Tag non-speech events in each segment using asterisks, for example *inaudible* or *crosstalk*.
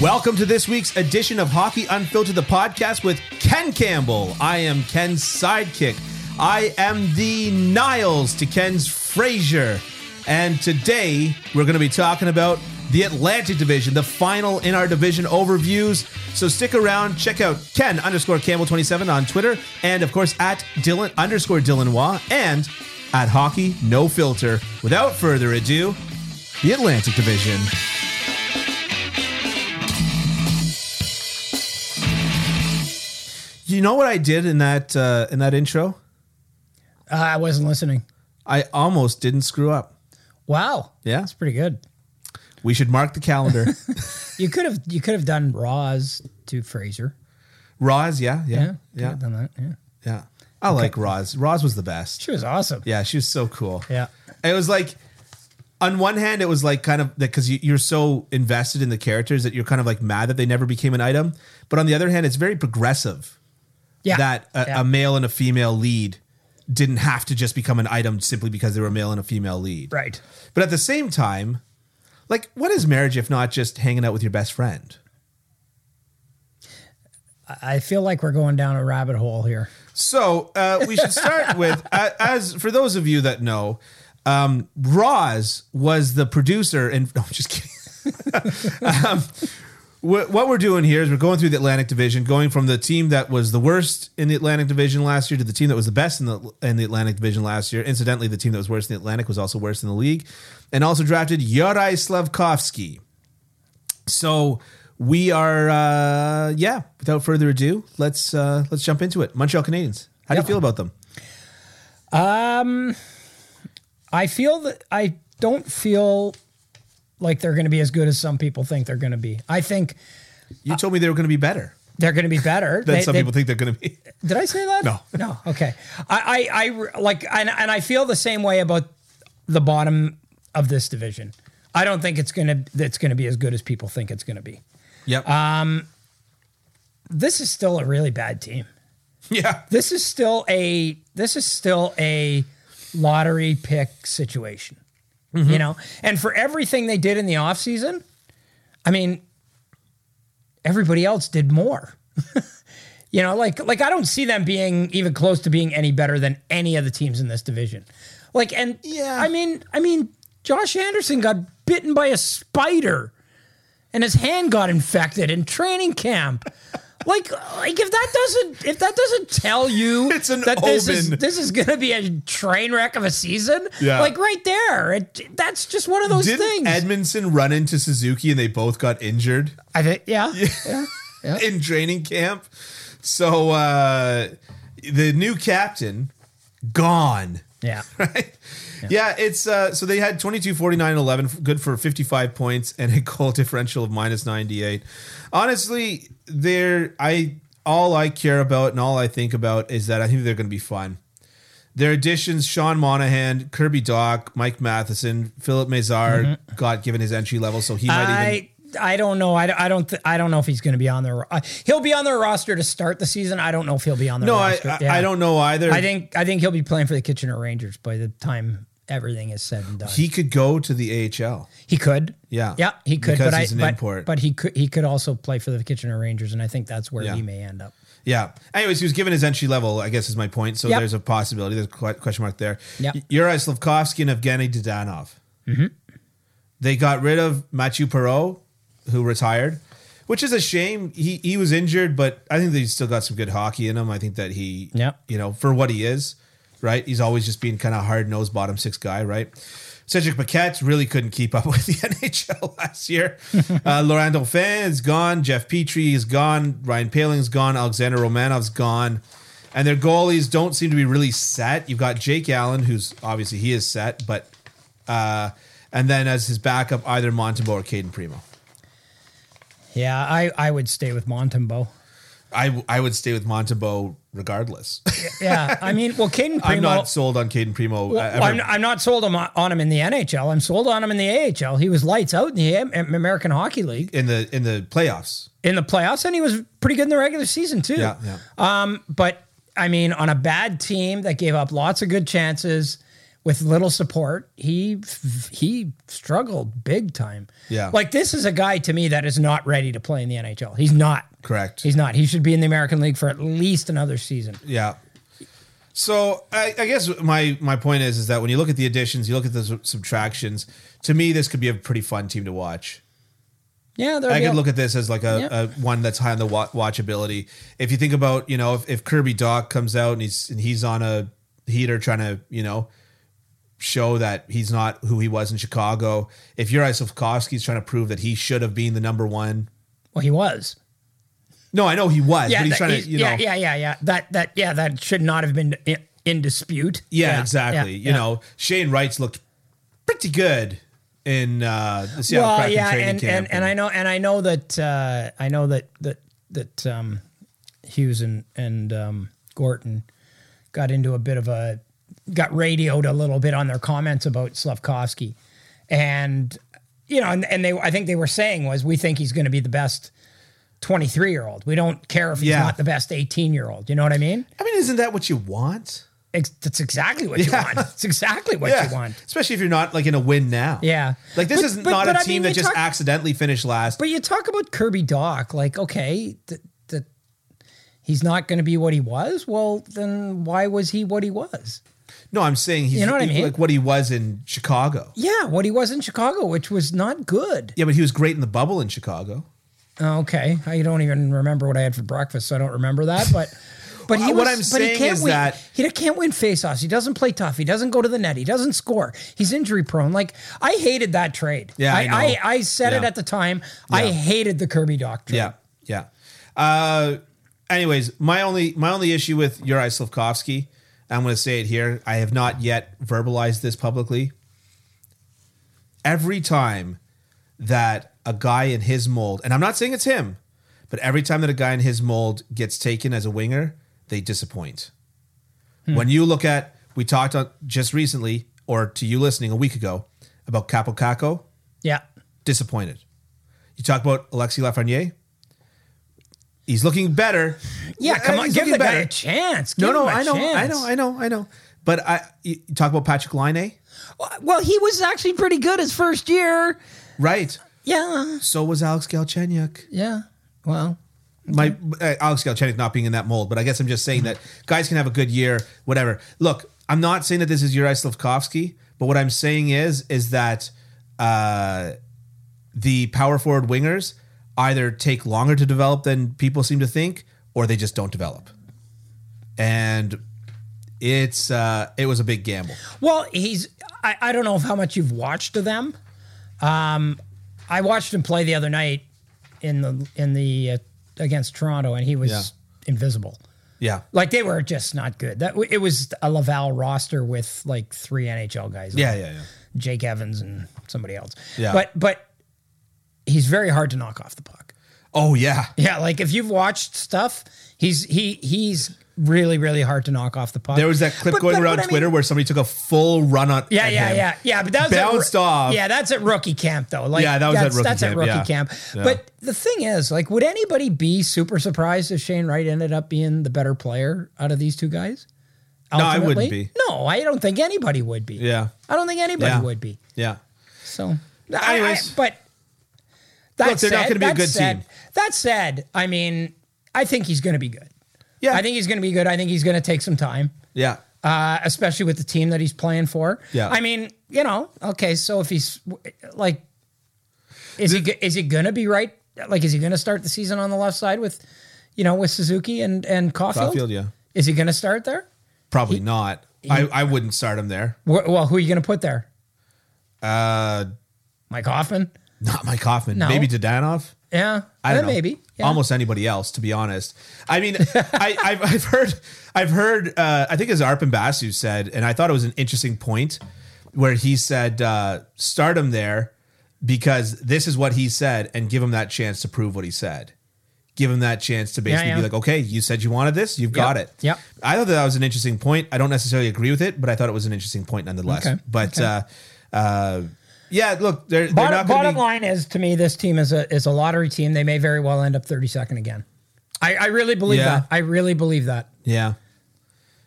Welcome to this week's edition of Hockey Unfiltered, the podcast with Ken Campbell. I am Ken's sidekick. I am the Niles to Ken's Frazier. And today we're going to be talking about the Atlantic Division, the final in our division overviews. So stick around, check out Ken underscore Campbell27 on Twitter, and of course at Dylan underscore Dylan Waugh and at Hockey No Filter. Without further ado, the Atlantic Division. You know what I did in that uh, in that intro? Uh, I wasn't listening. I almost didn't screw up. Wow. Yeah. That's pretty good. We should mark the *laughs* calendar. You could have you could have done Roz to Fraser. Roz, yeah, Yeah. yeah, Could yeah, have done that. Yeah. yeah. I like Roz. Roz was the best. She was awesome. Yeah, she was so cool. Yeah. It was like, on one hand, it was like kind of because you, you're so invested in the characters that you're kind of like mad that they never became an item. But on the other hand, it's very progressive Yeah. that uh, um, a, Yeah. a male and a female lead didn't have to just become an item simply because they were a male and a female lead. right. But at the same time, like, what is marriage if not just hanging out with your best friend? I- I feel like we're going down a rabbit hole here. So uh, we should start with uh, as for those of you that know, um, Roz was the producer, and *laughs* no, I'm just kidding. um, wh- what we're doing here is we're going through the Atlantic Division, going from the team that was the worst in the Atlantic Division last year to the team that was the best in the in the Atlantic Division last year. Incidentally, the team that was worst in the Atlantic was also worst in the league, and also drafted Yorai Slavkovsky. So we are, uh, yeah. Without further ado, let's uh, let's jump into it. Montreal Canadiens. How do you Yeah. feel about them? I feel that I don't feel like they're going to be as good as some people think they're going to be. I think You told me they were going to be better they're going to be better. than They- some they- people think they're going to be. Did I say that? No. No. Okay. I, I, I re- like, and, and I feel the same way about the bottom of this division. I don't think it's gonna that's gonna be as good as people think it's gonna be. *laughs* Yep. This is still a really bad team. yeah. This is still a this is still a lottery pick situation. You know? And for everything they did in the offseason, I mean, everybody else did more. *laughs* you know, like like I don't see them being even close to being any better than any of the teams in this division. Like and Yeah. I mean, I mean, Josh Anderson got bitten by a spider and his hand got infected in training camp. like like if that doesn't if that doesn't tell *laughs* you It's an that this is omen. this is going to be a train wreck of a season, Yeah. like right there. It, that's just one of those Did things. Edmondson run into Suzuki and they both got injured I think yeah. *laughs* in training camp? So uh, the new captain gone. *laughs* Yeah. right? Yeah, it's uh, so they had 22, 49, 11, good for 55 points and a *laughs* goal differential of minus 98. Honestly, they're I all I care about and all I think about is that I think they're going to be fun. Their additions: Sean Monahan, Kirby Doc, Mike Matheson, Philip Mazar got given his entry level, so he might even Mm-hmm. I I don't know. I, don't- I don't th- I don't know if he's going to be on their ro- uh, he'll be on their roster to start the season. I don't know if he'll be on their no, I, roster. I, Yeah. I don't know either. I think I think he'll be playing for the Kitchener Rangers by the time everything is said and done. He, he could go to the AHL. could. Yeah. Yeah, he could Because but he's I an but, import. but he could he could also play for the Kitchener Rangers and I think that's where Yeah. he may end up. Yeah. Anyways, he was given his entry level, I guess is my point. So Yep. there's a possibility. There's a que- question mark there. Yep. Yuri Slavkovsky and Evgeny Dodanov. They got rid of Mathieu Perot, who retired, which is a shame. He he was injured, but I think that he's still got some good hockey in him. I think that he, Yep. you know, for what he is, right? He's always just being kind of hard nosed bottom six guy, right? Cedric Paquette really couldn't keep up *laughs* with the NHL last year. uh, Laurent Dauphin is gone. Jeff Petrie is gone. Ryan Paling's gone. Alexander Romanov's gone. And their goalies don't seem to be really set. You've got Jake Allen, who's obviously he is set, but uh, and then as his backup, either Montembeau or Caden Primo. Yeah, I I would stay with Montembeau. I, I would stay with Montembeau *laughs* regardless. Yeah, I mean, well, Caden *laughs* Primo. I'm not sold on Caden Primo. uh, Well, ever. I'm, I'm not sold on, on him in the NHL. I'm sold on him in the AHL. He was lights out in the Am- Am- American Hockey League in the in the playoffs. in the playoffs, and he was pretty good in the regular season too. Yeah, yeah. Um, but I mean, on a bad team that gave up lots of good chances, with little support, he he struggled big time. Yeah. Like this is a guy to me that is not ready to play in the NHL. He's not. Correct. He's not. He should be in the American League for at least another season. Yeah. So I, I guess my my point is is that when you look at the additions, you look at the s- subtractions. To me, this could be a pretty fun team to watch. Yeah, there I we could go. look at this as like a, Yeah. a one that's high on the wa- watchability. If you think about, you know, if, if Kirby Doc comes out and he's and he's on a heater trying to, you know, show that he's not who he was in Chicago. If Yuri Slavkovsky's trying to prove that he should have been the number one. Well, he was. No, I know he was, Yeah, but he's that- trying he's- to, you yeah, know, yeah, yeah, yeah. That that yeah, that should not have been in, in dispute. Yeah, exactly. yeah, you yeah. know, Shane Wright's looked pretty good in uh, the Seattle well, Kraken yeah, training and, camp. and and I know and I know that uh, I know that that that um, Hughes and and um, Gorton got into a bit of a got radioed a little bit on their comments about Slavkovsky, and you know, and, and they I think they were saying was we think he's going to be the best. 23 year old. We don't care if he's Yeah. not the best 18 year old. You know what I mean? I mean, isn't that what you want? Ex- that's exactly what Yeah. you want. It's exactly *laughs* what you want. especially if you're not like in a win now. Yeah. like this But- is but- not but a I team mean, that we just talk- accidentally finished last. But you talk about Kirby Doc, like, okay, th- th- he's not going to be what he was. Well, then why was he what he was? no, I'm saying he's You know what I mean? like what he was in Chicago. Yeah, what he was in Chicago, which was not good. Yeah, but he was great in the bubble in Chicago. Oh, Okay, I don't even remember what I had for breakfast, so I don't remember that. But *laughs* but he Well, what was- I'm but saying he can't is win. that- he can't win faceoffs. He doesn't play tough. He doesn't go to the net. He doesn't score. He's injury prone. Like I hated that trade. Yeah, I I know. I, I said it Yeah. at the time. I Yeah. hated the Kirby Doc trade. Yeah, yeah. Uh, anyways, my only my only issue with Yuri Slavkovsky, I'm going to say it here. I have not yet verbalized this publicly. Every time that a guy in his mold, and I'm not saying it's him, but every time that a guy in his mold gets taken as a winger, they disappoint. When you look at, we talked on just recently, or to you listening a week ago, about Capo Caco yeah, disappointed. You talk about Alexi Lafreniere. He's looking better. yeah. Come on, uh, He's give looking the guy better. a chance. Give No, no, him a I know, I chance. know, I know, I know. But I you you talk about Patrick Line, Well, he was actually pretty good his first year. right? Yeah. So was Alex Galchenyuk. Yeah. Well, My uh, Alex Galchenyuk not being in that mold, but I guess I'm just saying Mm-hmm. that guys can have a good year, whatever. Look, I'm not saying that this is Yuri Slavkovsky, but what I'm saying is is that uh, the power forward wingers either take longer to develop than people seem to think, or they just don't develop. And it's uh, it was a big gamble. well, he's. I, I don't know how much you've watched of them. Um, I watched him play the other night in the in the uh, against Toronto, and he was Yeah. invisible. Yeah. Like they were just not good. That it was a Laval roster with like three NHL guys. on Yeah, it. yeah, yeah. Jake Evans and somebody else. Yeah. But but he's very hard to knock off the puck. Oh yeah. Yeah, like if you've watched stuff, he's he he's really really hard to knock off the puck. There was that clip But- going but- around but I mean- Twitter where somebody took a full run on. yeah, at yeah, him. yeah, yeah. But that was at- Bounced off. Yeah, that's at rookie camp though. Like, Yeah, that was at that's, rookie that's camp, at rookie yeah. camp. Yeah. But the thing is, like, would anybody be super surprised if Shane Wright ended up being the better player out of these two guys? I wouldn't Ultimately? be. No, I don't think anybody would be. Yeah. I don't think anybody Yeah. would be. Yeah. So, I- Anyways. I, but that Look, they're not said- gonna be a that good said- team. That said, I mean, I think he's going to be good. Yeah. I think he's going to be good. I think he's going to take some time, Yeah. uh, especially with the team that he's playing for. Yeah. I mean, you know, okay, so if he's like, is he go- is he going to be right? Like, is he going to start the season on the left side with, you know, with Suzuki and and Caulfield? Caulfield, yeah. Is he going to start there? Probably not. I, I wouldn't start him there. Wh- Well, who are you going to put there? Uh, Mike Hoffman? not Mike Hoffman. No. Maybe Dodanov. Yeah, I don't Eh, know. Um, maybe Yeah. Almost anybody else, to be honest. I *laughs* mean, I, I've, I've heard, I've heard. Uh, I think as Arpan Basu said, and I thought it was an interesting point where he said, uh, "Start him there because this is what he said, and give him that chance to prove what he said. Give him that chance to basically yeah. be like, okay, you said you wanted this, you've got it. yep. I thought that, that was an interesting point. I don't necessarily agree with it, but I thought it was an interesting point nonetheless. Okay. But Uh, uh, yeah, look, they're, they're Bottom, not going to bottom be. line is, to me, this team is a is a lottery team. They may very well end up 32nd again. I, I really believe Yeah. that. I really believe that. Yeah.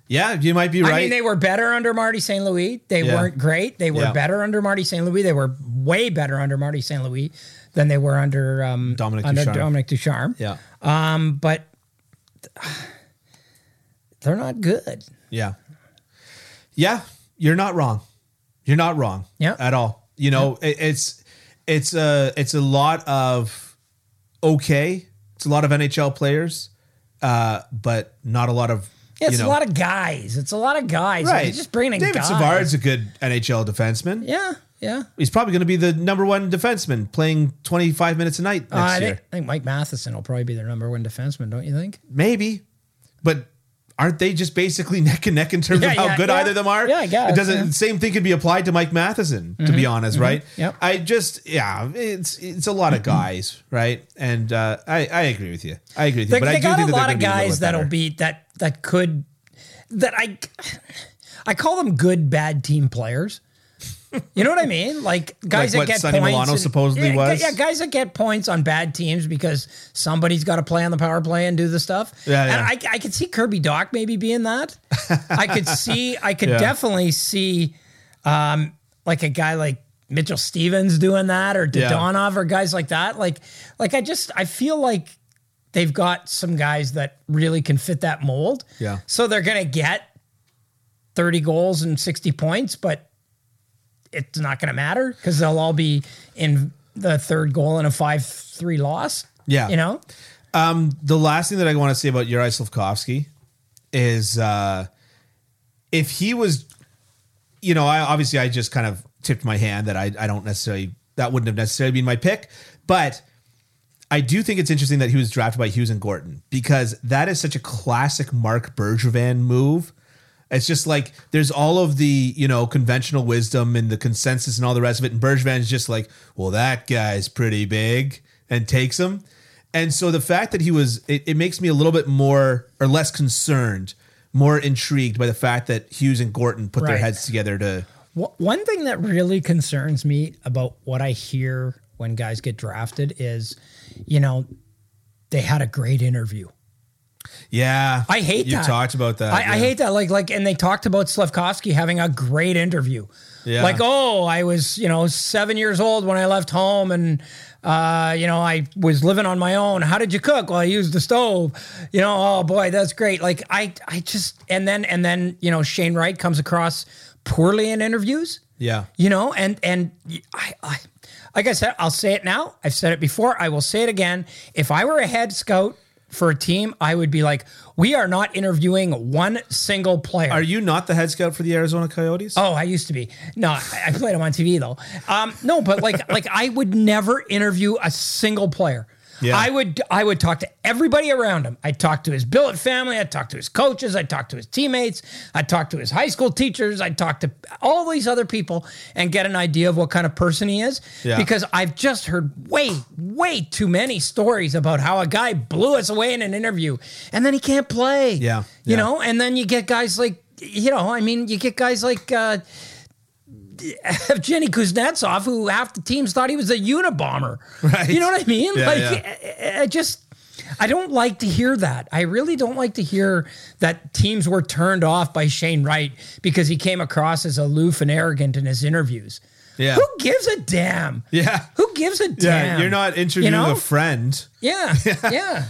Yeah, you might be right. I mean, they were better under Marty St. Louis. They Yeah. weren't great. They were Yeah. better under Marty St. Louis. They were way better under Marty St. Louis than they were under um, Dominic under Ducharme. Dominic Ducharme. yeah, Um, but *sighs* they're not good. yeah, yeah. You're not wrong. You're not wrong. Yeah. at all. You know, it, it's it's a it's a lot of okay. It's a lot of NHL players, uh, but not a lot of. Yeah, it's you know, a lot of guys. It's a lot of guys. Like, right. they're Just bringing in David guys. Savard's a good NHL defenseman. Yeah, yeah. He's probably going to be the number one defenseman playing 25 minutes a night next Uh, I, year. think, I think Mike Matheson will probably be their number one defenseman, don't you think? Maybe, but aren't they just basically *laughs* neck and neck in terms Yeah, of how yeah, good yeah. either of them are? Yeah, I guess, It doesn't. yeah. Mm-hmm. The same thing could be applied to Mike Matheson, to be honest, right? Yep. I just, yeah, it's it's a lot of guys, right? And uh, I I agree with you. I agree with you. They, but I they do got think that a they're lot gonna of be little guys bit that'll better. be that that could that I I call them good bad team players. You know what I *laughs* mean? Like guys Like what that get Sonny points. Milano supposedly yeah, gu- was? Yeah, guys that get points on bad teams because somebody's got to play on the power play and do the stuff. Yeah, yeah. And I, I could see Kirby Doc maybe being that. I *laughs* could see. I could Yeah. definitely see, um, like a guy like Mitchell Stevens doing that, or Yeah. Dodonov, or guys like that. Like, like I just I feel like they've got some guys that really can fit that mold. Yeah. So they're gonna get thirty goals and sixty points, but it's not gonna matter because they'll all be in the third goal in a five-three loss. Yeah. You know. the last thing that I want to say about Yuri Slavkovsky is uh, if he was, you know, I obviously I just kind of tipped my hand that I, I don't necessarily that wouldn't have necessarily been my pick, but I do think it's interesting that he was drafted by Hughes and Gordon because that is such a classic Mark Bergevin move. It's just like there's all of the you know conventional wisdom and the consensus and all the rest of it, and Bergevin is just like, well, that guy's pretty big and takes him. And so the fact that he was, it, it makes me a little bit more or less concerned, more intrigued by the fact that Hughes and Gorton put their Right. heads together to, Wh- One thing that really concerns me about what I hear when guys get drafted is, you know, they had a great interview. yeah. I hate you that. talked about that. I, I yeah. hate that. Like, like, and they talked about Slavkovsky having a great interview. Yeah. Like, oh, I was, you know, seven years old when I left home, and uh, you know, I was living on my own. How did you cook? Well, I used the stove. You know, oh boy, that's great. Like, I, I just, and then, and then, you know, Shane Wright comes across poorly in interviews Yeah. you know and and I, I like i said i'll say it now i've said it before i will say it again if i were a head scout for a team i would be like we are not interviewing one single player Are you not the head scout for the Arizona Coyotes? oh i used to be no I- i played them on tv though um no but like *laughs* like i would never interview a single player Yeah. I would I would talk to everybody around him. I'd talk to his billet family, I'd talk to his coaches, I'd talk to his teammates, I'd talk to his high school teachers, I'd talk to all these other people and get an idea of what kind of person he is. Yeah. Because I've just heard way, way too many stories about how a guy blew us away in an interview and then he can't play. Yeah, You yeah. know, and then you get guys like you know, I mean, you get guys like uh *laughs* Evgeny Kuznetsov, who half the teams thought he was a Unabomber. Right. You know what I mean? Yeah, like, yeah. I- I, I just, I don't like to hear that. I really don't like to hear that teams were turned off by Shane Wright because he came across as aloof and arrogant in his interviews. Yeah. Who gives a damn? *laughs* Yeah. Who gives a Yeah, damn? you're not interviewing You know? a friend. *laughs* Yeah. Yeah.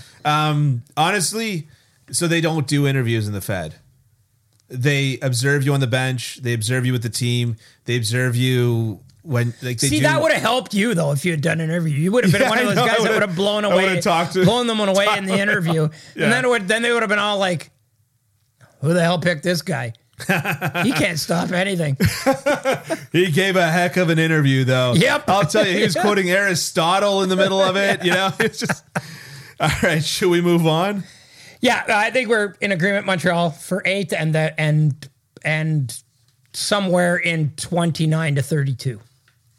Honestly, so they don't do interviews in the Fed. They observe you on the bench. They observe you with the team. They observe you when like they See, do, that would have helped you though if you had done an interview. You would have been Yeah, one of I those know. I guys that would've- would have blown I away, would've talked to- blown them away *laughs* in the interview, and then it would then they would have been all like, "Who the hell picked *laughs* this guy? he can't stop anything." He gave a heck of an interview, though. Yep. I'll tell you, he was *laughs* Yeah. quoting Aristotle in the middle of it. You know, *laughs* it's just. All right, should we move on? Yeah, I think we're in agreement, Montreal, for eight and the and and somewhere in twenty nine to thirty two.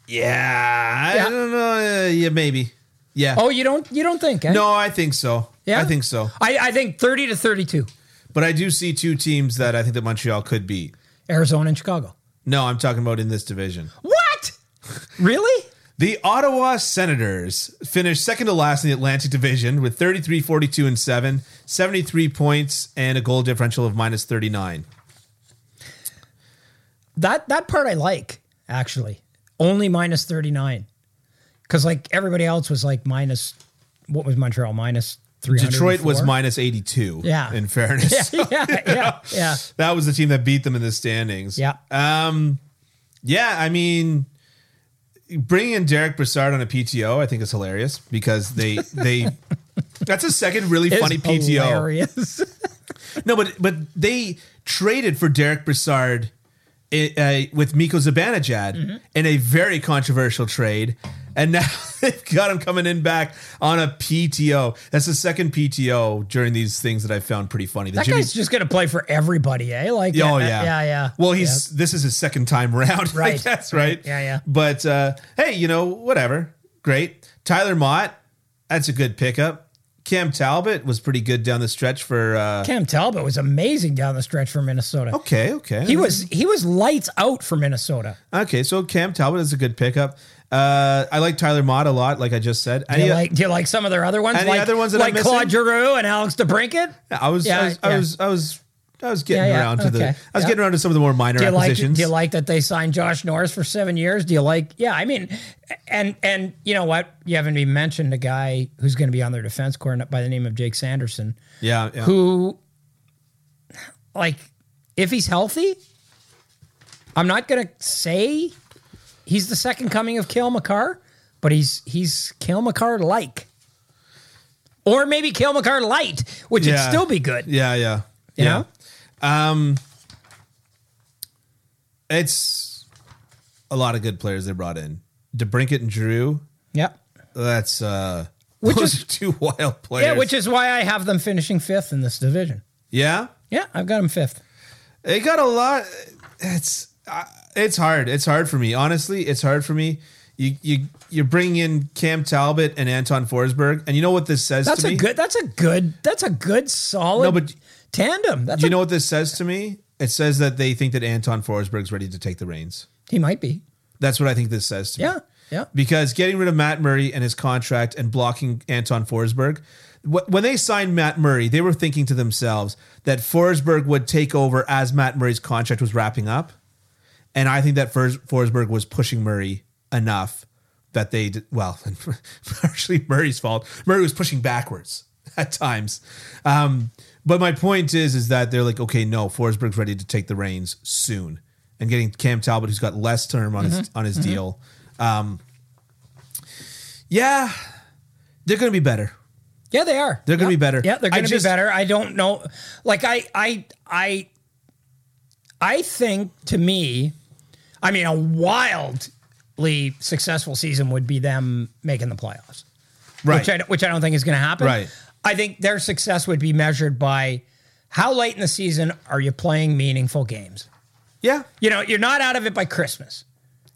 Yeah, Yeah. I don't know. Uh, yeah, maybe. Yeah. Oh, you don't you don't think? eh? No, I think so. Yeah? I think so. I, I think thirty to thirty two. But I do see two teams that I think that Montreal could beat. Arizona and Chicago. No, I'm talking about in this division. What? *laughs* Really? The Ottawa Senators finished second to last in the Atlantic Division with 33, 42, and 7, 73 points, and a goal differential of minus 39. That that part I like actually. Only minus thirty nine, because like everybody else was like minus. What was Montreal minus three? Detroit was minus 82, Yeah. in fairness. *laughs* yeah, yeah, yeah, *laughs* That was the team that beat them in the standings. *laughs* yeah. Yeah, I mean, bringing in Derek Brassard on a PTO, I think is hilarious because they *laughs* they that's a second really It's funny PTO. hilarious. *laughs* No, but but they traded for Derek Brassard i- uh, with Miko Zibanejad Mm-hmm. in a very controversial trade, and now *laughs* they've got him coming in back on a PTO. That's the second PTO during these things that I found pretty funny. The That Jimmy- guy's just gonna play for everybody, eh? Like, Oh uh, yeah, yeah, yeah. Well, he's this is his second time *laughs* round, right? I Right, guess, right? right, yeah, yeah. But uh, hey, you know, whatever. Great, Tyler Mott. That's a good pickup. Cam Talbot was pretty good down the stretch for. Uh, Cam Talbot was amazing down the stretch for Minnesota. okay, okay. He was he was lights out for Minnesota. okay. So Cam Talbot is a good pickup. Uh, I like Tyler Mott a lot, like I just said. Do you Any- like do you like some of their other ones? Any like other ones that I'm like Claude missing? Giroux and Alex DeBrinket? I was, I Yeah, was, I yeah. was, I was, I was getting Yeah, yeah, around to the. I okay, was yeah. getting around to some of the more minor Do you like acquisitions. do you like that they signed Josh Norris for seven years? Do you like yeah, I mean and and you know what? You haven't even mentioned a guy who's gonna be on their defense corps by the name of Jake Sanderson, yeah, yeah. who like if he's healthy, I'm not gonna say he's the second coming of Kale McCarr, but he's he's Kale McCarr like. Or maybe Kale McCarr light, which would Yeah. still be good. Yeah, yeah. yeah. You know? It's a lot of good players they brought in. DeBrinket and Drew. Yep. That's uh Which those is- are *laughs* two wild players. Yeah, which is why I have them finishing fifth in this division. Yeah. Yeah, I've got them fifth. They got a lot it's uh, it's hard. It's hard for me. Honestly, it's hard for me. You you you're bringing in Cam Talbot and Anton Forsberg, and you know what this says That's to a me? good. That's a good. That's a good solid. No, but- tandem. That's you a, know what this says to me? It says that they think that Anton Forsberg's ready to take the reins. he might be. That's what I think this says to me. Yeah, yeah. because getting rid of Matt Murray and his contract and blocking Anton Forsberg, wh- when they signed Matt Murray, they were thinking to themselves that Forsberg would take over as Matt Murray's contract was wrapping up. And I think that Fors- Forsberg was pushing Murray enough that they, did, well, *laughs* partially Murray's fault. Murray was pushing backwards *laughs* at times. Um, but my point is, is that they're like, okay, no, Forsberg's ready to take the reins soon. And getting Cam Talbot, who's got less term on his on his deal, yeah, they're going to be better. Yeah, they are. They're gonna Yep. be better. Yeah, they're I going to be just- better. I don't know. Like I, I, I, I think to me, I mean, a wildly successful season would be them making the playoffs. Right. which I, which I don't think is going to happen. Right. I think their success would be measured by how late in the season are you playing meaningful games. yeah. You know, you're not out of it by Christmas.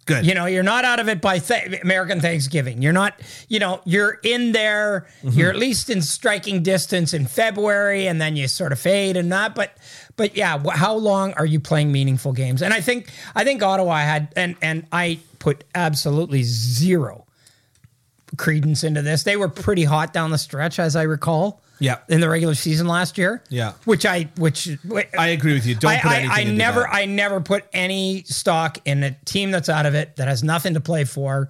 Good. You know, you're not out of it by th- American Thanksgiving. You're not, you know, you're in there. Mm-hmm. You're at least in striking distance in February, and then you sort of fade and that. But, but yeah, wh- how long are you playing meaningful games? And I think, I think Ottawa had, and and I put absolutely zero credence into this. They were pretty hot down the stretch, as I recall. Yeah. in the regular season last year. Yeah. which I, which I agree with you. Don't I, put I- anything I into never that. I never put any stock in a team that's out of it that has nothing to play for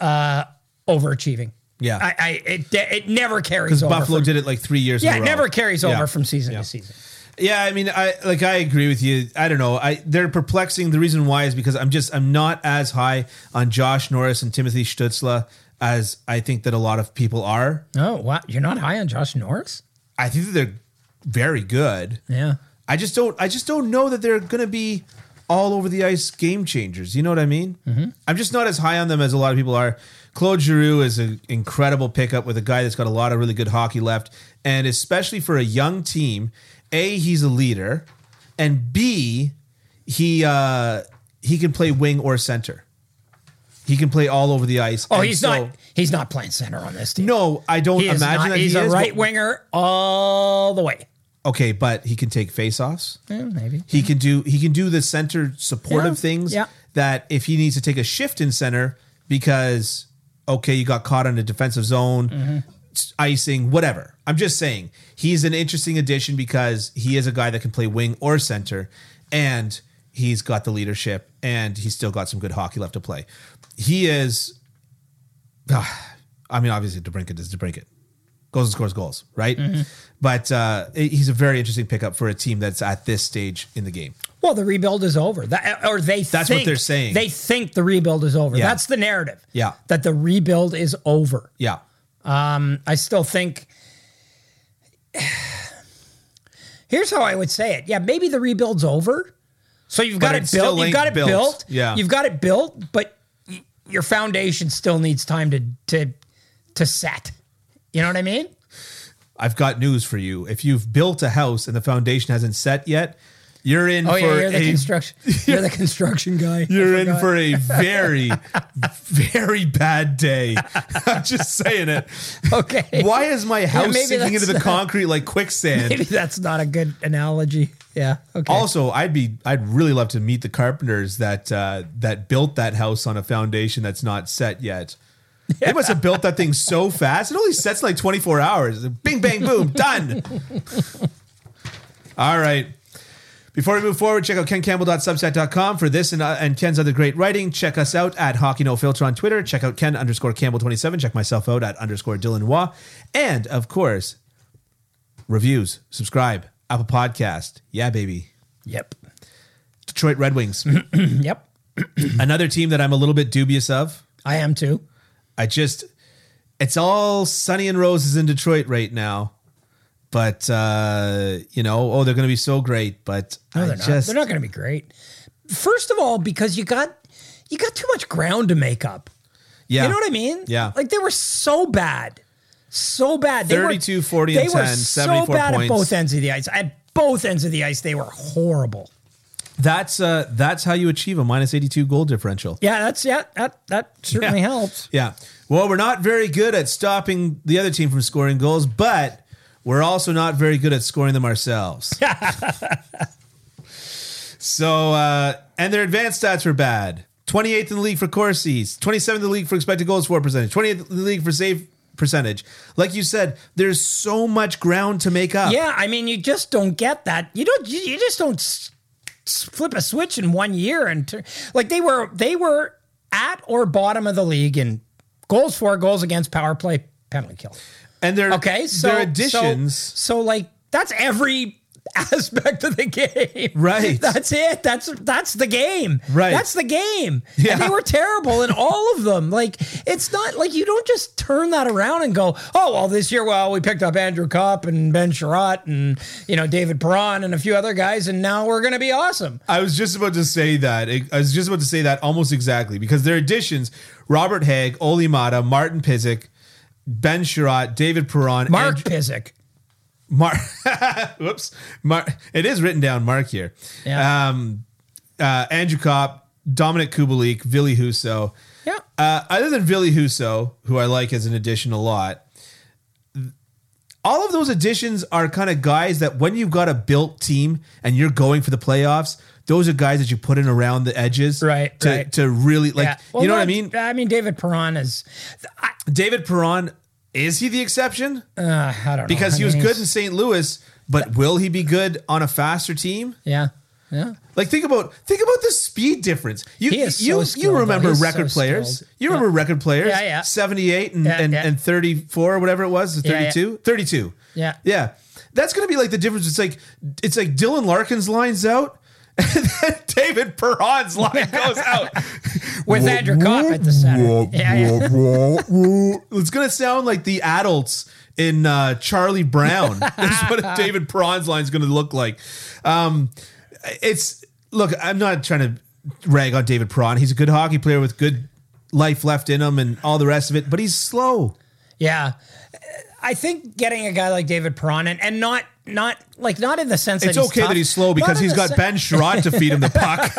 uh overachieving. Yeah. I, I it it never carries over. Buffalo from- did it like three years. yeah, in a it row. never carries Yeah. over from season to season. Yeah, I mean, I like I agree with you. I don't know. I they're perplexing. The reason why is because I'm just I'm not as high on Josh Norris and Timothy Stutzla as I think that a lot of people are. Oh, wow. You're not high on Josh Norris? I think that they're very good. Yeah. I just don't. I just don't know that they're going to be all over the ice game changers. You know what I mean? Mm-hmm. I'm just not as high on them as a lot of people are. Claude Giroux is an incredible pickup with a guy that's got a lot of really good hockey left, and especially for a young team, a he's a leader, and b he uh, he can play wing or center. He can play all over the ice. Oh, and he's so- not he's not playing center on this team. No, I don't he is imagine not. that he's he a is, but- right winger all the way. Okay, but he can take faceoffs. Yeah, maybe. He can do he can do the center supportive Yeah, things yeah. that if he needs to take a shift in center, because okay, you got caught on a defensive zone, Mm-hmm. s- icing, whatever. I'm just saying he's an interesting addition because he is a guy that can play wing or center, and he's got the leadership, and he's still got some good hockey left to play. He is, *sighs* I mean, obviously DeBrinket is DeBrinket. Goes and scores goals, right? Mm-hmm. But uh, he's a very interesting pickup for a team that's at this stage in the game. Well, the rebuild is over. That, uh, or they That's what think, they're saying. They think the rebuild is over. Yeah. That's the narrative. Yeah. That the rebuild is over. Yeah. Um, I still think. Here's how I would say it. Yeah, maybe the rebuild's over. So you've got But it, it still built. You've ain't got it built. built. Yeah. You've got it built, but y- your foundation still needs time to to to set. You know what I mean? I've got news for you. If you've built a house and the foundation hasn't set yet, you're in Oh for yeah, you're the a construction. You're the construction guy. *laughs* you're in for *laughs* a very very bad day. *laughs* I'm just saying it. *laughs* okay. Why is my house maybe sinking into that's the not- concrete like quicksand? *laughs* Maybe that's not a good analogy. Yeah. Okay. Also, I'd be I'd really love to meet the carpenters that uh, that built that house on a foundation that's not set yet. They must have built that thing so fast. It only sets in like 24 hours. Bing bang boom, done. All right. Before we move forward, check out kencampbell.substack.com for this and, uh, and Ken's other great writing. Check us out at Hockey No Filter on Twitter. Check out Ken underscore Campbell27. Check myself out at underscore Dylan Waugh. And, of course, reviews, subscribe, Apple Podcast. Yeah, baby. yep. *clears throat* Detroit Red Wings. Yep. Another team that I'm a little bit dubious of. I am too. I just, it's all sunny and roses in Detroit right now. But, uh, you know, oh, they're going to be so great. But No, I they're not. just, they're not going to be great. First of all, because you got you got too much ground to make up. yeah. You know what I mean? Yeah. Like they were so bad, so bad. They were- 32, 40, and they were 10, so 74 bad points. at both ends of the ice. At both ends of the ice, they were horrible. That's, uh, that's how you achieve a minus 82 goal differential. Yeah, that's yeah. That that certainly helps. Yeah. Well, we're not very good at stopping the other team from scoring goals, but we're also not very good at scoring them *laughs* ourselves. so, uh, and their advanced stats were bad. 28th in the league for Corsi's, 27th in the league for expected goals for percentage, 28th in the league for save percentage. Like you said, there's so much ground to make up. Yeah, I mean, you just don't get that. You don't. You, you just don't s- s- flip a switch in one year and turn. Like they were, they were at or bottom of the league in goals for, goals against, power play, penalty kill. And their, Okay, so their additions. So, so like that's every *laughs* aspect of the game. Right. That's it. That's that's the game. Right. That's the game. Yeah. And they were terrible in all of them. Like it's not like you don't just turn that around and go, oh well, this year, well, we picked up Andrew Kopp and Ben Sherratt and you know David Perron and a few other guys, and now we're gonna be awesome. I was just about to say that. I was just about to say that almost exactly because their additions: Robert Haig, Ole Mata, Martin Pizik, Ben Sherratt, David Perron, Mark and Pizik. Mark. *laughs* whoops, Mark. It is written down Mark here. Yeah. Um, uh, Andrew Kopp, Dominic Kubalik, Vili Huso. Yeah. Uh, other than Vili Huso, who I like as an addition a lot, all of those additions are kind of guys that when you've got a built team and you're going for the playoffs, those are guys that you put in around the edges, Right, To, right. to really like, Yeah. Well, you know what I not- mean? I mean, David Perron is, I, David Perron is he the exception uh, I don't know because I he was mean, good in he's- St. Louis, but will he be good on a faster team? Yeah, yeah. Like think about think about the speed difference. You He is so you skilled, you remember though. He's record so players. skilled. You remember record players. Yeah, yeah. 78 and, Yeah, and, yeah. and 34 or whatever it was, Yeah, yeah. 32. 32. Yeah. Yeah. That's going to be like the difference. It's like it's like Dylan Larkin's lines out *laughs* and then David Perron's *laughs* line goes out. with Andrew Kopp at the center. *laughs* Yeah, yeah. *laughs* It's going to sound like the adults in uh, Charlie Brown. *laughs* That's *laughs* what David Perron's line is going to look like. Um, it's look. I'm not trying to rag on David Perron. He's a good hockey player with good life left in him and all the rest of it. But he's slow. Yeah. I think getting a guy like David Perron and, and not not like not in the sense It's that he's okay tough. that he's slow Not because in he's the got sen- Ben Sherratt to feed him the *laughs* puck.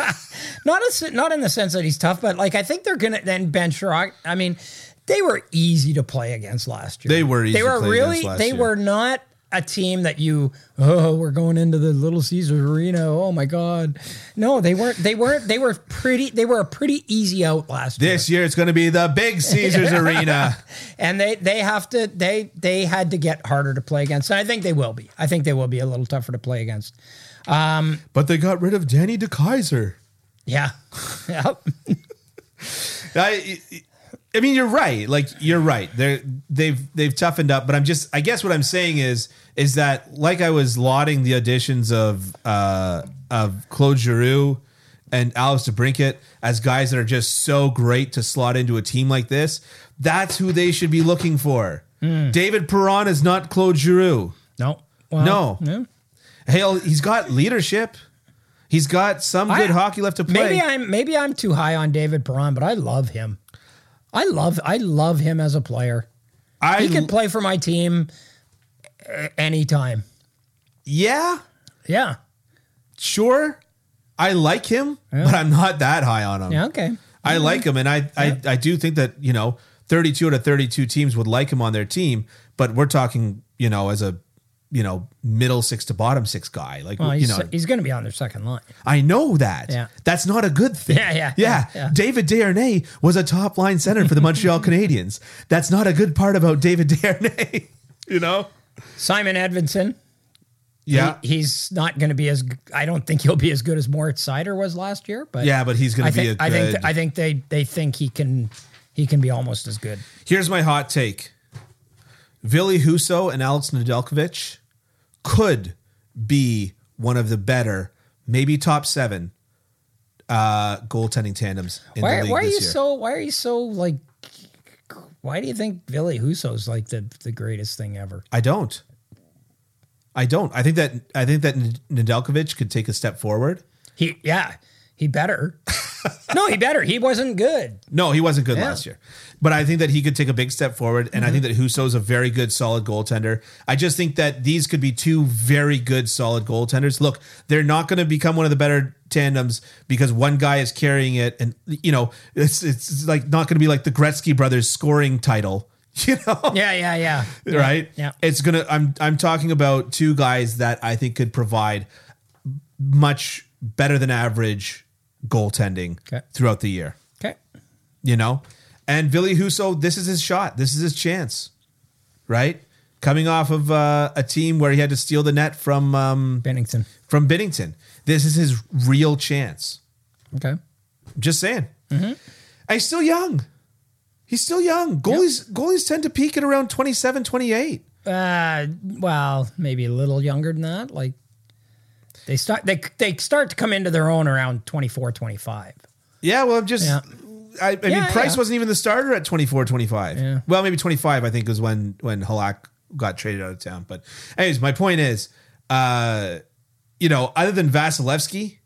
not a, se- not in the sense that he's tough, but like I think they're gonna then Ben Sherrod. I mean, they were easy to play against last year. They were easy They to were play really. against last they year. were not a team that you oh we're going into the Little Caesars Arena. Oh my God, no, they weren't. They weren't. They were pretty. They were a pretty easy out last year. This year it's going to be the Big *laughs* Caesars Arena. and they they have to they they had to get harder to play against. And I think they will be. I think they will be a little tougher to play against. But they got rid of Danny DeKaiser. Yeah, *laughs* yep. I, I mean, you're right. Like you're right. They're they've they've toughened up. But I'm just. I guess what I'm saying is is that like I was lauding the auditions of uh, of Claude Giroux and Alex DeBrinket as guys that are just so great to slot into a team like this. That's who they should be looking for. David Perron is not Claude Giroux. No, Hmm. well, No. no. Hell, he's got leadership. He's got some I- good hockey left to play. Maybe I'm maybe I'm too high on David Perron, but I love him. I love I love him as a player. I He can play for my team uh, anytime. yeah. Yeah. sure, I like him, but I'm not that high on him. Yeah. Mm-hmm. Okay. I like him, and I, I I do think that you know 32 out of 32 teams would like him on their team, but we're talking you know as a you know middle six to bottom six guy, like Well, you he's, know he's going to be on their second line. I know that. Yeah. That's not a good thing. Yeah, yeah, yeah. yeah, yeah. David Darnay was a top line center for the *laughs* Montreal Canadiens. That's not a good part about David Darnay. *laughs* you know. Simon Edvinson. Yeah. He, he's not going to be as. g- I don't think he'll be as good as Moritz Sider was last year. But yeah, but he's going I to be think a I good. think I think they they think he can he can be almost as good. Here's my hot take. Vili Huso and Alex Nedeljkovic could be one of the better, maybe top seven, uh, goaltending tandems in the Why, league why are this you year. so? Why are you so like? Why do you think Billy Huso's like the the greatest thing ever? I don't. I don't. I think that I think that Nedeljkovic could take a step forward. He yeah, he better. *laughs* no, he better. He wasn't good. No, he wasn't good Yeah. last year. But I think that he could take a big step forward. And I think that Huso's a very good, solid goaltender. I just think that these could be two very good, solid goaltenders. Look, they're not going to become one of the better tandems because one guy is carrying it. And, you know, it's, it's like not going to be like the Gretzky brothers scoring title, *laughs* you know? Yeah, yeah, yeah. right? yeah. It's gonna. I'm I'm talking about two guys that I think could provide much better than average goaltending Okay. throughout the year Okay. you know. And Billy Huso, this is his shot. This is his chance, right? Coming off of uh, a team where he had to steal the net from um, Bennington. from Binnington, this is his real chance. Okay. Just saying. And he's still young. He's still young. Goalies goalies tend to peak at around 27, 28. Uh, well, maybe a little younger than that. Like they start they they start to come into their own around 24, 25. Yeah, well, I'm just. Yeah. I, I mean, Yeah, Price yeah. wasn't even the starter at 24, 25. Yeah. Well, maybe 25, I think, was when when Halak got traded out of town. But, anyways, my point is, uh, you know, other than Vasilevsky,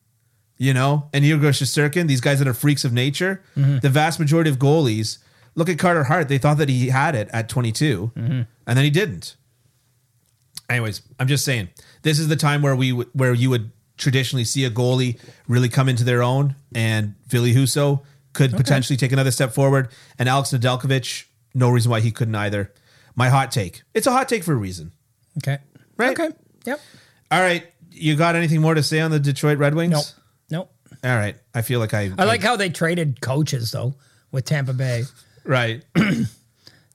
you know, and Hugo Shesterkin, these guys that are freaks of nature, Mm-hmm. the vast majority of goalies look at Carter Hart. They thought that he had it at 22, Mm-hmm. and then he didn't. Anyways, I'm just saying this is the time where we would- where you would traditionally see a goalie really come into their own, and Billy Huso could potentially take another step forward, and Alex Nedeljkovic, no reason why he couldn't either. My hot take. It's a hot take for a reason, Okay. right? Okay. Yep. All right. You got anything more to say on the Detroit Red Wings? Nope. Nope. All right. I feel like I I like how they traded coaches though with Tampa Bay. *clears throat* right.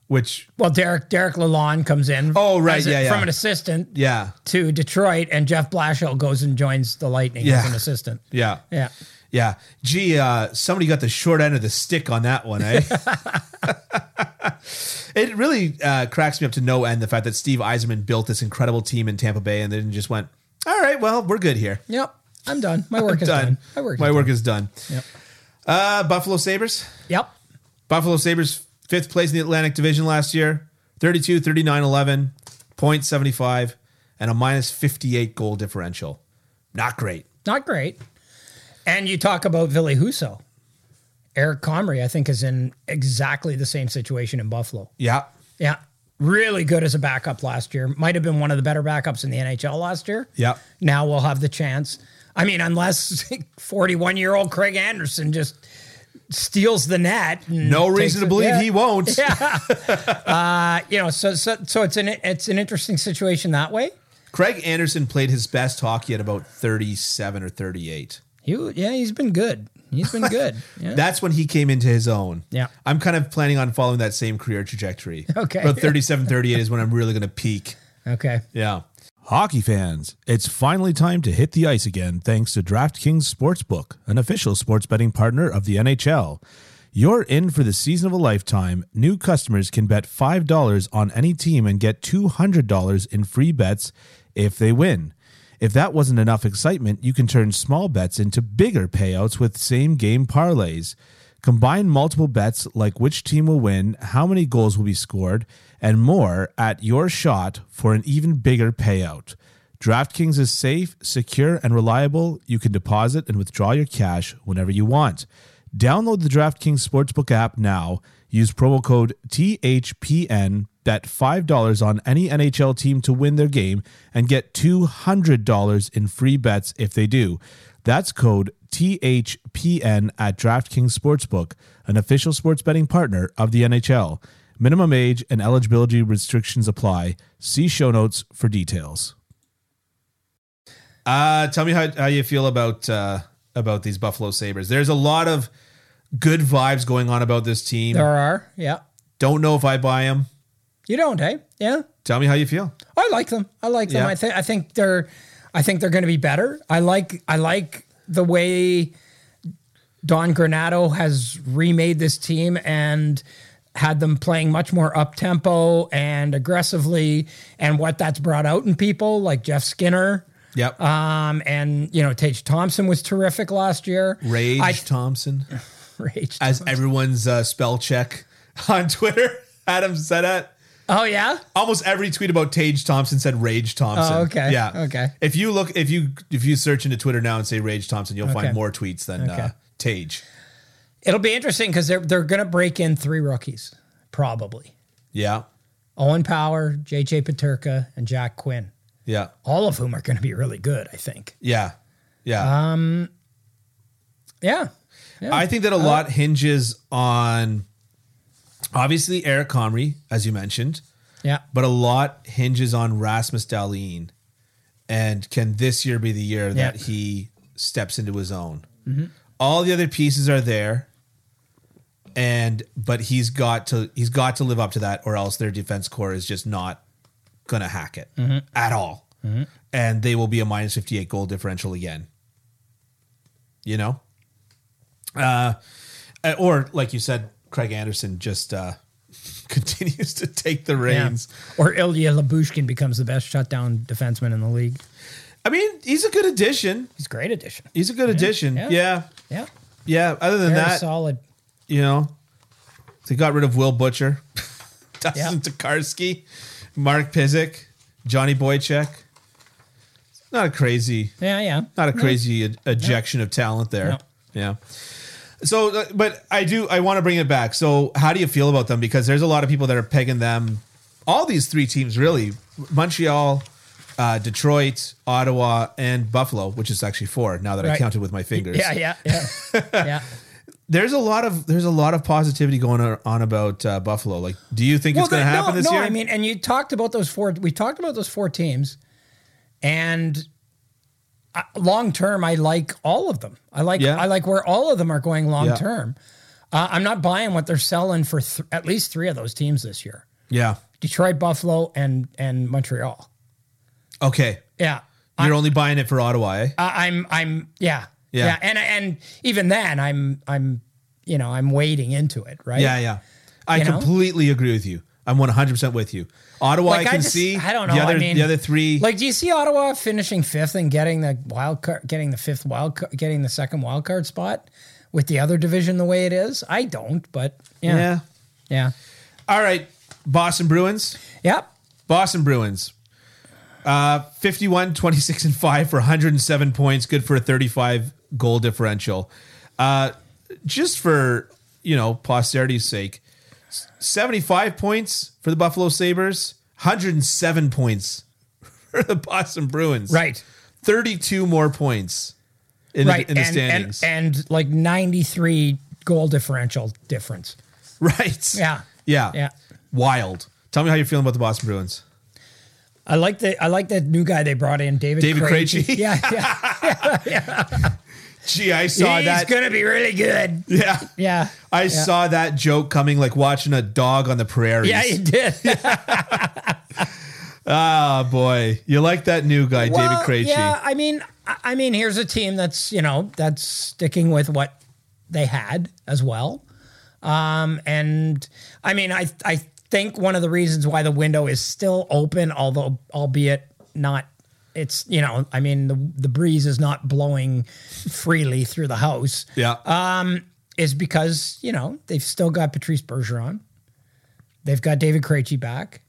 Which Well, Derek Derek Lalonde comes in. Oh, right, as a- yeah, yeah. From an assistant yeah to Detroit, and Jeff Blashill goes and joins the Lightning as Yeah. an assistant. yeah Yeah. yeah. Gee, uh, somebody got the short end of the stick on that one, *laughs* eh? it really uh, cracks me up to no end the fact that Steve Eiserman built this incredible team in Tampa Bay and then just went, all right, well, we're good here. Yep. I'm done. My work is done. Done. My work. My is work is done. Yep. Uh, Buffalo Sabres. done. Yep. Buffalo Sabres, fifth place in the Atlantic Division last year 32, 39, 11, 0.75, and a minus 58 goal differential. Not great. Not great. And you talk about Ville Husso. Eric Comrie, I think, is in exactly the same situation in Buffalo. Yeah. Yeah. Really good as a backup last year. Might have been one of the better backups in the NHL last year. Yeah. Now *laughs* we'll have the chance. I mean, unless 41 year old Craig Anderson just steals the net. and No takes reason to it- believe *laughs* yeah. he won't. Uh, you know, so so so it's an it's an interesting situation that way. Craig Anderson played his best hockey at about 37 or 38. He yeah, he's been good. *laughs* He's been good. Yeah. That's when he came into his own. Yeah. I'm kind of planning on following that same career trajectory. *laughs* Okay. About 37, 38 is when I'm really going to peak. okay. Yeah. Hockey fans, it's finally time to hit the ice again thanks to DraftKings Sportsbook, an official sports betting partner of the NHL. You're in for the season of a lifetime. New customers can bet $5 on any team and get $200 in free bets if they win. If that wasn't enough excitement, you can turn small bets into bigger payouts with same game parlays. Combine multiple bets like which team will win, how many goals will be scored, and more at your shot for an even bigger payout. DraftKings is safe, secure, and reliable. You can deposit and withdraw your cash whenever you want. Download the DraftKings Sportsbook app now. Use promo code THPN, bet $5 on any NHL team to win their game, and get $200 in free bets if they do. That's code THPN at DraftKings Sportsbook, an official sports betting partner of the NHL. Minimum age and eligibility restrictions apply. See show notes for details. Uh, tell me how, how you feel about uh, about these Buffalo Sabres. There's a lot of good vibes going on about this team. There are. Yeah. Don't know if I buy them. You don't, hey? Yeah. Tell me how you feel. I like them. I like them. Yeah. I think I think they're I think they're going to be better. I like I like the way Don Granado has remade this team and had them playing much more up tempo and aggressively and what that's brought out in people like Jeff Skinner. Yep. Um, and you know, Tage Thompson was terrific last year. Rage I, Thompson, Rage. as everyone's uh, spell check *laughs* on Twitter. Adam said it. oh yeah. Almost every tweet about Tage Thompson said Rage Thompson. Oh, okay. Yeah. Okay. If you look, if you if you search into Twitter now and say Rage Thompson, you'll Okay. find more tweets than uh, Okay. Tage. It'll be interesting because they're they're going to break in three rookies probably. Yeah. Owen Power, JJ Paterka, and Jack Quinn, Yeah. all of whom are going to be really good, I think. Yeah. Uh, Yeah. Yeah. Yeah. I think that a lot hinges on obviously Eric Comrie, as you mentioned, yeah. but a lot hinges on Rasmus Dahlin. And can this year be the year that Yeah. he steps into his own? All the other pieces are there, and but he's got to he's got to live up to that, or else their defense core is just not gonna hack it at all, and they will be a minus fifty eight goal differential again. You know, uh, or like you said, Craig Anderson just uh, *laughs* continues to take the Yeah. reins. Or Ilya Labushkin becomes the best shutdown defenseman in the league. I mean, he's a good addition. He's a great addition. He's a good addition. yeah. Yeah. yeah. Yeah. Other than Very that, solid. you know, they got rid of Will Butcher, *laughs* Yeah. Dustin Tokarski, Mark Pizik, Johnny Boychek. Not a crazy, Yeah, yeah. not a crazy ej- ejection of talent there. No. Yeah. So, uh, but I do, I want to bring it back. So, how do you feel about them? Because there's a lot of people that are pegging them, all these three teams really Montreal, uh, Detroit, Ottawa, and Buffalo, which is actually four now that I Right. counted with my fingers. Yeah, yeah, *laughs* yeah. yeah. there's a lot of there's a lot of positivity going on about uh, Buffalo. Like, do you think it's going to the- happen no, this no, year? I mean, and you talked about those four. We talked about those four teams, and I, long term, I like all of them. I like Yeah. I like where all of them are going long Yeah. term. Uh, I'm not buying what they're selling for th- at least three of those teams this year: yeah. Detroit, Buffalo, and and Montreal. Okay. Yeah, You're only buying it for Ottawa. Eh? I, I'm I'm yeah, Yeah. and and even then, I'm I'm you know I'm wading into it, right? yeah, yeah. I You know? completely agree with you. I'm 100 percent with you. Ottawa, Like, I I can just- see. I don't The know. I other, mean, the other three. Like, do you see Ottawa finishing fifth and getting the wild card, getting the fifth wild, ca- getting the second wild card spot with the other division the way it is? I don't, but yeah. yeah, yeah, All right. Boston Bruins. yep. Boston Bruins. Uh, 51, 26, and 5 for 107 points. Good for a 35 goal differential. Uh, just for, you know, posterity's sake, s- 75 points for the Buffalo Sabres, 107 points *laughs* for the Boston Bruins. Right. 32 more points in, Right, the, in the and, and standings. and like ninety three goal differential difference. *laughs* Right. Yeah. Yeah. Yeah. Wild. Tell me how you're feeling about the Boston Bruins. I like the I like that new guy they brought in, David. David Krejci. Krejci? *laughs* Yeah, yeah. Gee, I He's saw that. gonna be really good. Yeah. Yeah. I yeah. saw that joke coming like watching a dog on the prairies. Yeah, you *laughs* did. Ah, boy. You like that new guy, Well, David Krejci. Yeah, I mean, I I mean, here's a team that's you know that's sticking with what they had as well. Um, and I mean, I I think one of the reasons why the window is still open, although albeit not, it's you know, I mean, the the breeze is not blowing freely through the house, Yeah. Uh, is because you know they've still got Patrice Bergeron, they've got David Krejci back,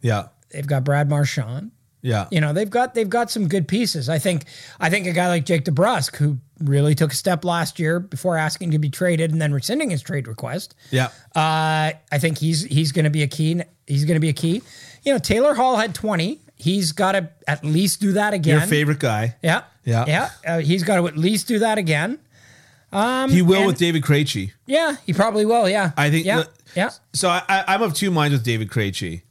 yeah. they've got Brad Marchand. Yeah. you know they've got they've got some good pieces. I think I think a guy like Jake DeBrusque who really took a step last year before asking to be traded and then rescinding his trade request. yeah. Uh, I think he's he's going to be a key. He's going to be a key. You know Taylor Hall had twenty. He's got to at least do that again. Your favorite guy. Yeah, Yeah. yeah. Uh, he's got to at least do that again. he will um, and- with David Krejci. Yeah, he probably will. Yeah, I think- Yeah, yeah. So I, I, I'm of two minds with David Krejci.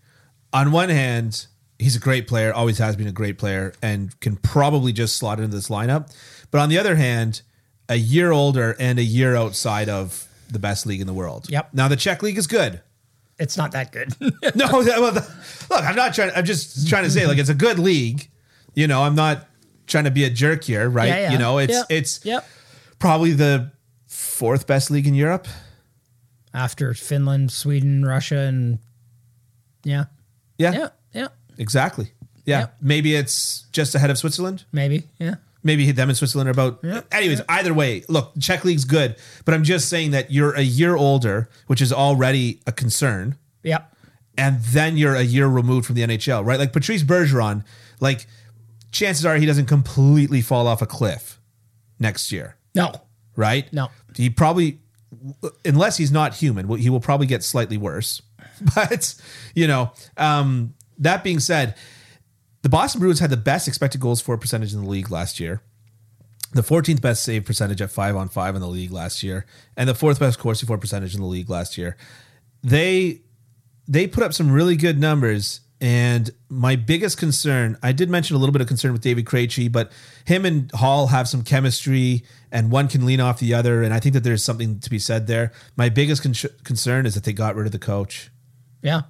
On one hand, he's a great player, always has been a great player, and can probably just slot into this lineup. But on the other hand, a year older and a year outside of the best league in the world. Yep. Now the Czech league is good. It's not that good. *laughs* *laughs* No, that- well, the- look, I'm not trying. I'm just trying to say, like, it's a good league. You know, I'm not trying to be a jerk here, right? Yeah, yeah. You know, it's Yep. it's Yep. probably the fourth best league in Europe. After Finland, Sweden, Russia, and yeah, Yeah, yeah, yeah. exactly. Yeah, Yep. maybe it's just ahead of Switzerland. Maybe yeah. Maybe them in Switzerland are about. Anyways, either way, look, the Czech league's good, but I'm just saying that you're a year older, which is already a concern. Yep. and then you're a year removed from the NHL, right? Like Patrice Bergeron, like chances are he doesn't completely fall off a cliff next year, No. right? No. He probably, unless he's not human, well, he will probably get slightly worse. *laughs* But, you know, um, that being said, the Boston Bruins had the best expected goals for percentage in the league last year. The 14th best save percentage at five on five in the league last year, and the fourth best Corsi four percentage in the league last year. They they put up some really good numbers. And my biggest concern, I did mention a little bit of concern with David Krejci, but him and Hall have some chemistry, and one can lean off the other. And I think that there's something to be said there. My biggest con- concern is that they got rid of the coach. Yeah.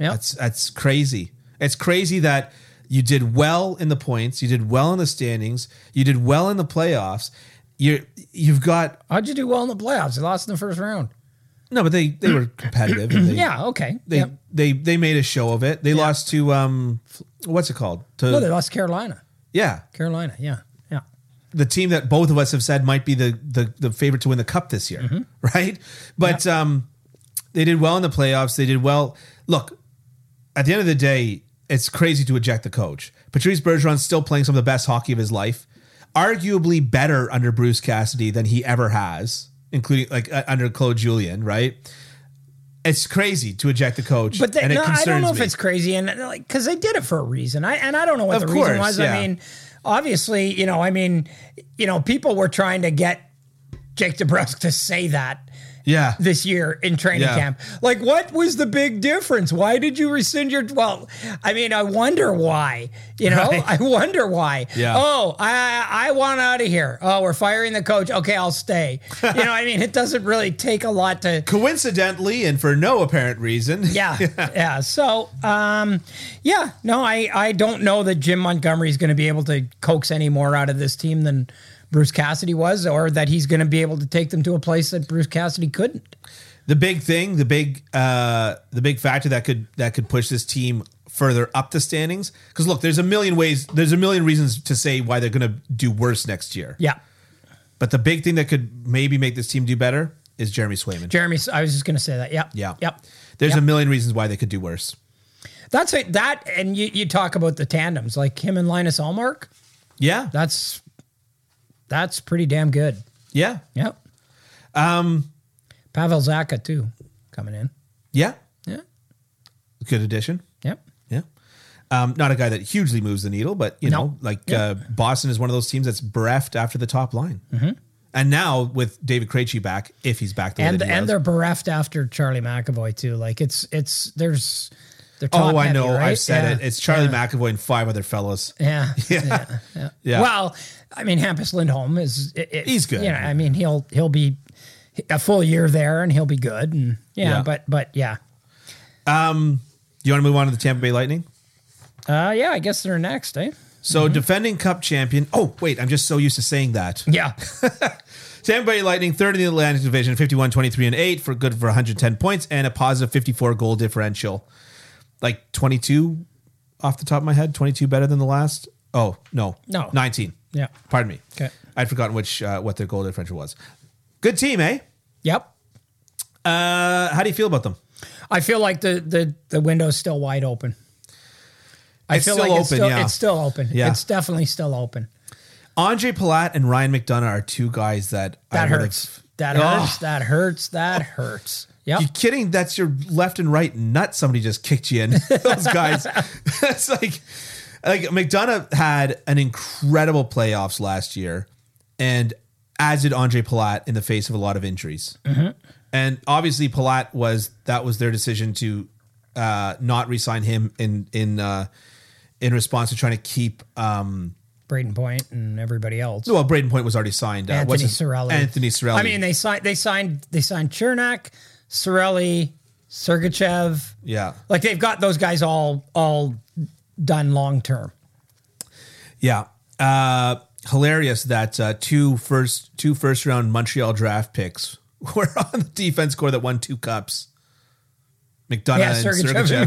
Yeah. That's that's crazy. It's crazy that you did well in the points, you did well in the standings, you did well in the playoffs. You you've got How'd you do well in the playoffs? You lost in the first round. no, but they they were competitive. and they- *clears throat* Yeah. Okay. they Yep. they they made a show of it. They lost to um, what's it called? To No, they lost Carolina. yeah, Carolina. Yeah. Yeah. the team that both of us have said might be the the, the favorite to win the cup this year, Mm-hmm. right? But um, they did well in the playoffs. They did well. Look, at the end of the day, it's crazy to eject the coach. Patrice Bergeron's still playing some of the best hockey of his life, arguably better under Bruce Cassidy than he ever has, including like uh, under Claude Julien, right? It's crazy to eject the coach, But they, and it no, I concerns don't know if me. it's crazy, and uh, like because they did it for a reason. I and I don't know what Of the course, reason was. yeah. I mean, obviously, you know, I mean, you know, people were trying to get Jake DeBrusque to say that yeah, this year in training Yeah. camp. Like, what was the big difference? Why did you rescind your? Well, I mean, I wonder why. You know, *laughs* I wonder why. Yeah. Oh, I I want out of here. Oh, we're firing the coach. Okay, I'll stay. you know, I mean, it doesn't really take a lot to. coincidentally and for no apparent reason, *laughs* Yeah, yeah. So, um, yeah, no, I, I don't know that Jim Montgomery is going to be able to coax any more out of this team than Bruce Cassidy was, or that he's going to be able to take them to a place that Bruce Cassidy couldn't. the big thing, the big uh, the big factor that could that could push this team further up the standings. Because look, there's a million ways, there's a million reasons to say why they're going to do worse next year. Yeah. But the big thing that could maybe make this team do better is Jeremy Swayman. Jeremy, I was just going to say that. Yep. yeah, Yep. There's Yep. a million reasons why they could do worse. That's it. That, and you, you talk about the tandems, like him and Linus Allmark. Yeah, That's, that's pretty damn good. yeah, Yep. Um, Um, Pavel Zaka, too, coming in. yeah. Yeah. Good addition. Yep. Yeah. Um, not a guy that hugely moves the needle, but you No. know, like Yeah. Mm-hmm. uh, Boston is one of those teams that's bereft after the top line, And now with David Krejci back, if he's back, the way and that he and was. they're bereft after Charlie McAvoy too. Like it's it's there's they're oh, top I heavy, know, right? I've said Yeah. it. It's Charlie yeah. McAvoy and five other fellows. Yeah. *laughs* Yeah. Yeah. Well, I mean Hampus Lindholm is it, it- He's good. You know, I mean he'll he'll be a full year there and he'll be good and yeah, Yeah. but but yeah. You want to move on to the Tampa Bay Lightning? Uh yeah, I guess they're next, eh? So defending Cup champion. Oh wait, I'm just so used to saying that. Yeah. Tampa Bay Lightning, third in the Atlantic Division, 51, 23, and 8 for good for 110 points and a positive 54 goal differential. Like 22 off the top of my head, 22 better than the last. Oh, no. No. 19. Yeah. Pardon me. Okay. I'd forgotten which uh, what their goal differential was. Good team, eh? *laughs* yep. Uh, how do you feel about them? I feel like the the the window's still wide open. I It's feel still like it's open, still yeah. it's still open. Yeah. It's definitely still open. Andre Palat and Ryan McDonough are two guys that That would've- hurts. That Ugh. hurts. That hurts. That hurts. Yep. You kidding? That's your left and right nut. Somebody just kicked you in. *laughs* Those guys. That's like, like McDonough had an incredible playoffs last year, and as did Andre Palat in the face of a lot of injuries. Mm-hmm. And obviously, Palat was that was their decision to uh, not resign him in in uh, in response to trying to keep. Um, Braden Point and everybody else. well, Braden Point was already signed. Uh, what's Anthony his- Sorelli. Anthony Sorelli. I mean, they signed. They signed. They signed Chernak, Sorelli, Sergachev. yeah, Like they've got those guys all all done long term. Yeah. Uh, hilarious that uh, two first two first round Montreal draft picks *laughs* were on the defense core that won two cups. McDonough Yeah, and Sergachev.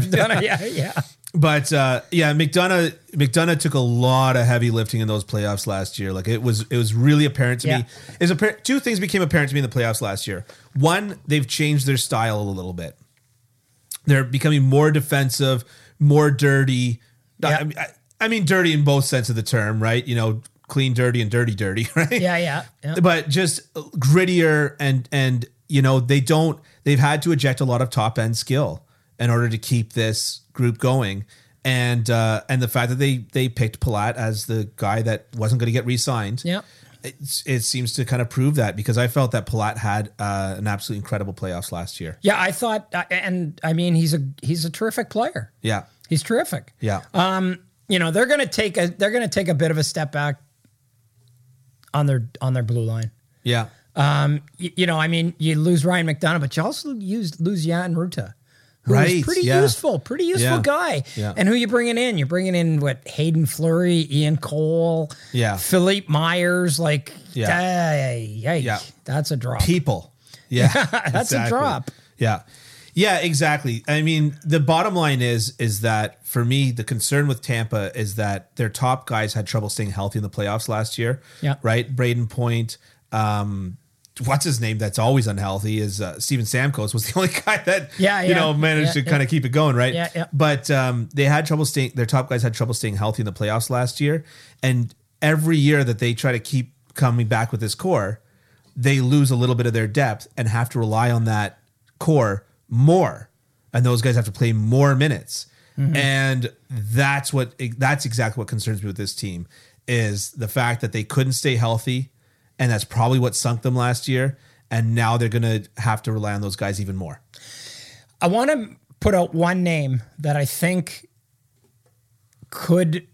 Sergachev. *laughs* McDonough, yeah, yeah. But uh, yeah, McDonough McDonough took a lot of heavy lifting in those playoffs last year. Like it was it was really apparent to Yeah. me. Is apparent two things became apparent to me in the playoffs last year. One, they've changed their style a little bit. They're becoming more defensive, more dirty. Yeah. I, mean, I, I mean, dirty in both sense of the term, right? You know, clean, dirty, and dirty, dirty, *laughs* right? Yeah, yeah, yeah. But just grittier and and you know they don't they've had to eject a lot of top end skill in order to keep this group going. And uh, and the fact that they they picked Palat as the guy that wasn't going to get re-signed, Yeah. it's, it seems to kind of prove that because I felt that Palat had uh, an absolutely incredible playoffs last year. Yeah, I thought, I- and I mean, he's a he's a terrific player. Yeah, He's terrific. yeah, Um, You know, they're going to take a they're going to take a bit of a step back on their on their blue line. yeah, you, you know, I mean, you lose Ryan McDonough, but you also lose lose Jan Ruta, who's Right, pretty yeah. useful, pretty useful Yeah. guy. Yeah. And who you bringing in? You're bringing in what Hayden Flurry, Ian Cole, Yeah. Philippe Myers. Like, Yeah. ay, yike, Yeah. that's a drop. people. *laughs* Yeah, That's a drop. Yeah, yeah, exactly. I mean, the bottom line is is that for me, the concern with Tampa is that their top guys had trouble staying healthy in the playoffs last year. Yeah. right. Braden Point. Um, What's his name? That's always unhealthy. Is uh, Steven Samkos was the *laughs* only guy that Yeah, you yeah. know managed Yeah, to yeah. kind of keep it going, right? Yeah, yeah. But um, they had trouble staying. Their top guys had trouble staying healthy in the playoffs last year, and every year that they try to keep coming back with this core, they lose a little bit of their depth and have to rely on that core more, and those guys have to play more minutes, Mm-hmm. and that's what that's exactly what concerns me with this team is the fact that they couldn't stay healthy, and that's probably what sunk them last year, and now they're gonna have to rely on those guys even more. I want to put out one name that I think could.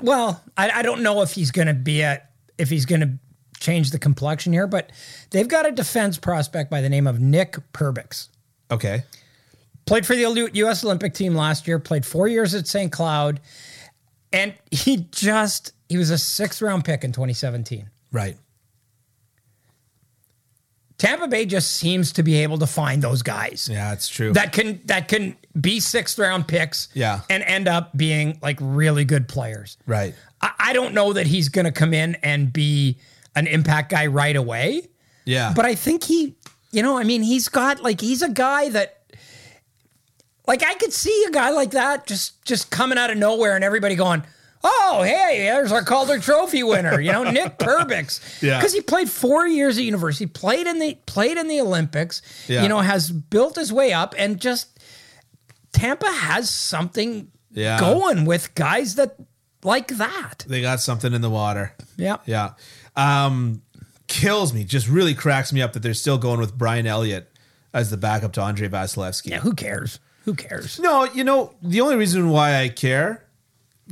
Well, I, I don't know if he's going to be a if he's going to change the complexion here, but they've got a defense prospect by the name of Nick Perbix. Okay. Played for the Olu- U.S. Olympic team last year. Played four years at St. Cloud, and he just he was a sixth round pick in 2017. Right. Tampa Bay just seems to be able to find those guys. Yeah, it's true. that can that can be sixth round picks Yeah. and end up being like really good players. right. I, I don't know that he's gonna come in and be an impact guy right away, Yeah. but I think he you know, I mean he's got like he's a guy that like I could see a guy like that just just coming out of nowhere and everybody going, Oh, hey, there's our Calder Trophy winner, you know, Nick *laughs* Perbix. Yeah. Because he played four years at university, played in the played in the Olympics, Yeah. you know, has built his way up and just Tampa has something Yeah. going with guys that like that. they got something in the water. Yeah. Yeah. Um, kills me. Just really cracks me up that they're still going with Brian Elliott as the backup to Andre Vasilevsky. Yeah, who cares? Who cares? No, you know the only reason why I care.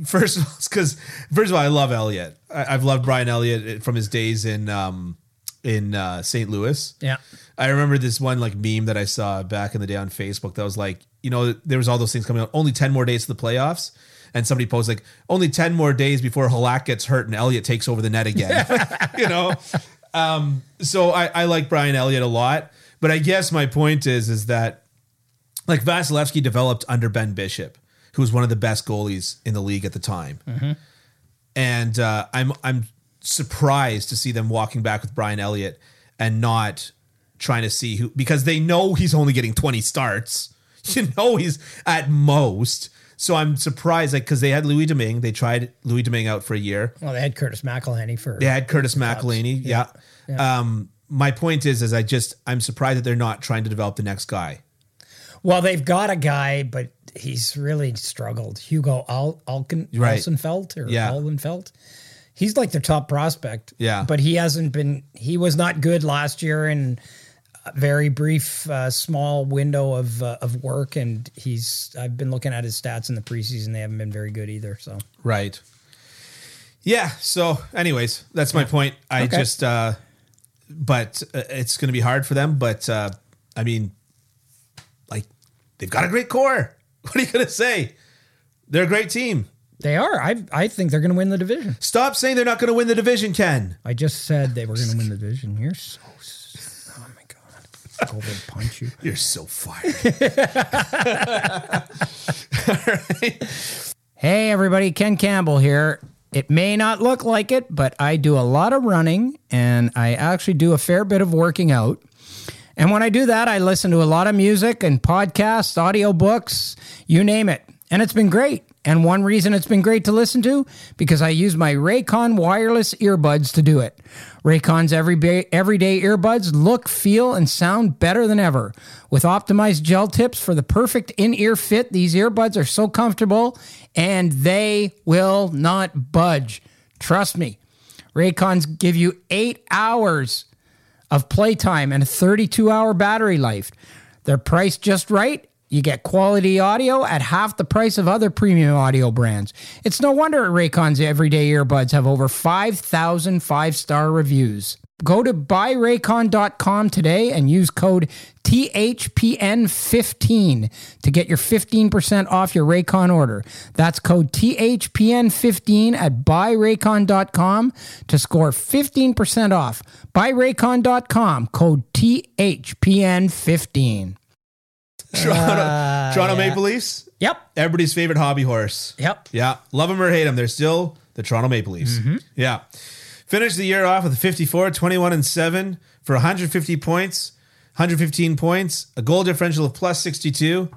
First of all, is because first of all, I love Elliott. I, I've loved Brian Elliott from his days in um, in uh, St. Louis. Yeah. I remember this one like meme that I saw back in the day on Facebook that was like, you know, there was all those things coming out. Only ten more days to the playoffs, and somebody posted like, only ten more days before Halak gets hurt and Elliott takes over the net again. *laughs* you know, um, so I, I like Brian Elliott a lot, but I guess my point is is that like Vasilevsky developed under Ben Bishop, who was one of the best goalies in the league at the time. And uh, I'm I'm surprised to see them walking back with Brian Elliott and not trying to see who because they know he's only getting 20 starts. *laughs* You know he's at most. So I'm surprised like because they had Louis Domingue, they tried Louis Domingue out for a year. Well, they had Curtis McElhinney for They had Curtis McElhaney. Yeah. Um, my point is, is I just I'm surprised that they're not trying to develop the next guy. Well, they've got a guy, but he's really struggled. Hugo Al- Alken- Right. Alsenfeld or Yeah. Allenfeld. He's like their top prospect. Yeah. But he hasn't been, he was not good last year in a very brief, uh, small window of, uh, of work. And he's, I've been looking at his stats in the preseason. They haven't been very good either. So, Right. Yeah. So, anyways, that's my point. I Okay. just, uh, but uh, it's going to be hard for them. But uh, I mean, like they've got a great core. *laughs* What are you going to say? They're a great team. they are. I, I think they're going to win the division. Stop saying they're not going to win the division, Ken. I just said they were going to win the division. You're so, s- oh my God. COVID punch you. You're so fired. Hey, everybody, Ken Campbell here. It may not look like it, but I do a lot of running and I actually do a fair bit of working out. And when I do that, I listen to a lot of music and podcasts, audiobooks, you name it. And it's been great. And one reason it's been great to listen to because I use my Raycon wireless earbuds to do it. Raycon's everyday everyday earbuds look, feel and sound better than ever. With optimized gel tips for the perfect in-ear fit, these earbuds are so comfortable and they will not budge. Trust me. Raycons give you 8 hours of playtime and a 32 hour battery life. They're priced just right. You get quality audio at half the price of other premium audio brands. It's no wonder Raycon's everyday earbuds have over 5,000 five star reviews. Go to buyraycon.com today and use code THPN15 to get your 15% off your Raycon order. That's code THPN15 at buyraycon.com to score 15% off. Buyraycon.com, code THPN15. *laughs* Toronto, Toronto Maple Leafs, Yep. everybody's favorite hobby horse. Yep. Mm-hmm. Yeah. Love them or hate them. They're still the Toronto Maple Leafs. Yeah. Finished the year off with 54, 21, and 7 for 150 points, 115 points, a goal differential of plus 62,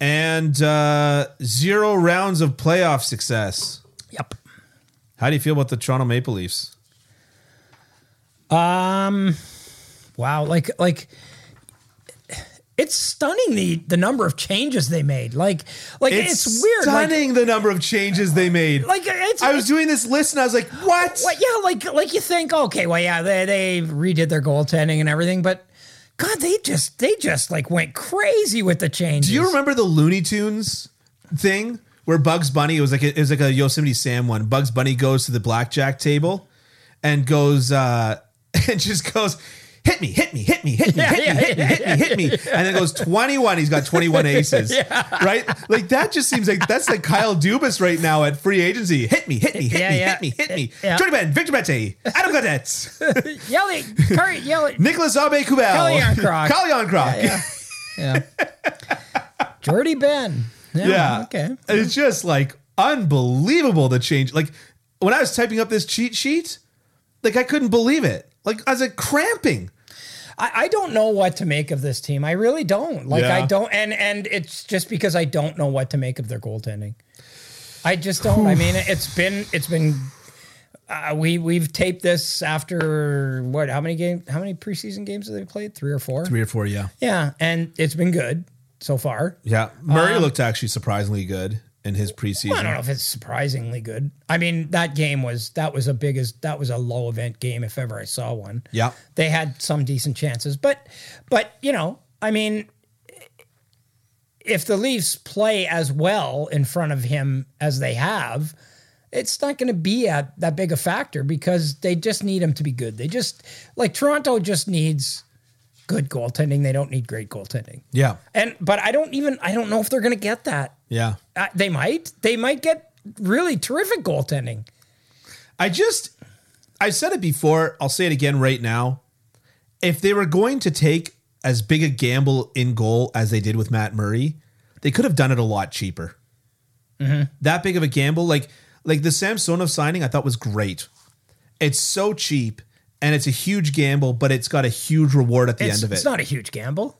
and uh, zero rounds of playoff success. Yep. How do you feel about the Toronto Maple Leafs? Um wow, like like it's stunning the the number of changes they made. Like like it's, weird. like- Stunning the number of changes they made. Like, it's- I was doing this list and I was like, what? Well, yeah, like like you think, okay, well, yeah, they, they redid their goaltending and everything, but God, they just they just like went crazy with the changes. Do you remember the Looney Tunes thing where Bugs Bunny it was like a, it was like a Yosemite Sam one. Bugs Bunny goes to the blackjack table and goes uh *laughs* and just goes hit me, hit me, hit me, hit me, Yeah, hit yeah, me, hit me, yeah, hit me, hit me, and then goes twenty one. He's got twenty *laughs* one aces, right? Like that just seems like that's like Kyle Dubas right now at free agency. Hit me, hit me, hit Yeah, me, yeah. hit me, hit me. Yeah. Johnny Ben, Victor Bette, Adam Gaudette, Yell it, hurry, yell it. Nicholas Abe Kubel, *laughs* Kalyankrog. Kalyankrog. Yeah. Jordy Ben. Yeah. Yeah. Okay. It's just like unbelievable the change. Like when I was typing up this cheat sheet, like I couldn't believe it. Like I was like cramping. I, I don't know what to make of this team. I really don't. Like Yeah. I don't and and it's just because I don't know what to make of their goaltending. I just don't. I mean, it's been it's been uh, we we've taped this after what? How many game? How many preseason games have they played? Three or four? Three or four, yeah. Yeah, and it's been good so far. Um, Yeah. Murray looked actually surprisingly good. in his preseason. I don't know if it's surprisingly good. I mean, that game was that was a biggest that was a low event game if ever I saw one. Yeah. They had some decent chances, but but you know, I mean if the Leafs play as well in front of him as they have, it's not going to be at that big a factor because they just need him to be good. They just like Toronto just needs good goaltending. They don't need great goaltending. Yeah. And but I don't even I don't know if they're going to get that. Yeah. Uh, they might. They might get really terrific goaltending. I just, I said it before. I'll say it again right now. If they were going to take as big a gamble in goal as they did with Matt Murray, they could have done it a lot cheaper. Mm-hmm. That big of a gamble, like like the Samsonov signing, I thought was great. It's so cheap and it's a huge gamble, but it's got a huge reward at the It's, end of it. it's not a huge gamble.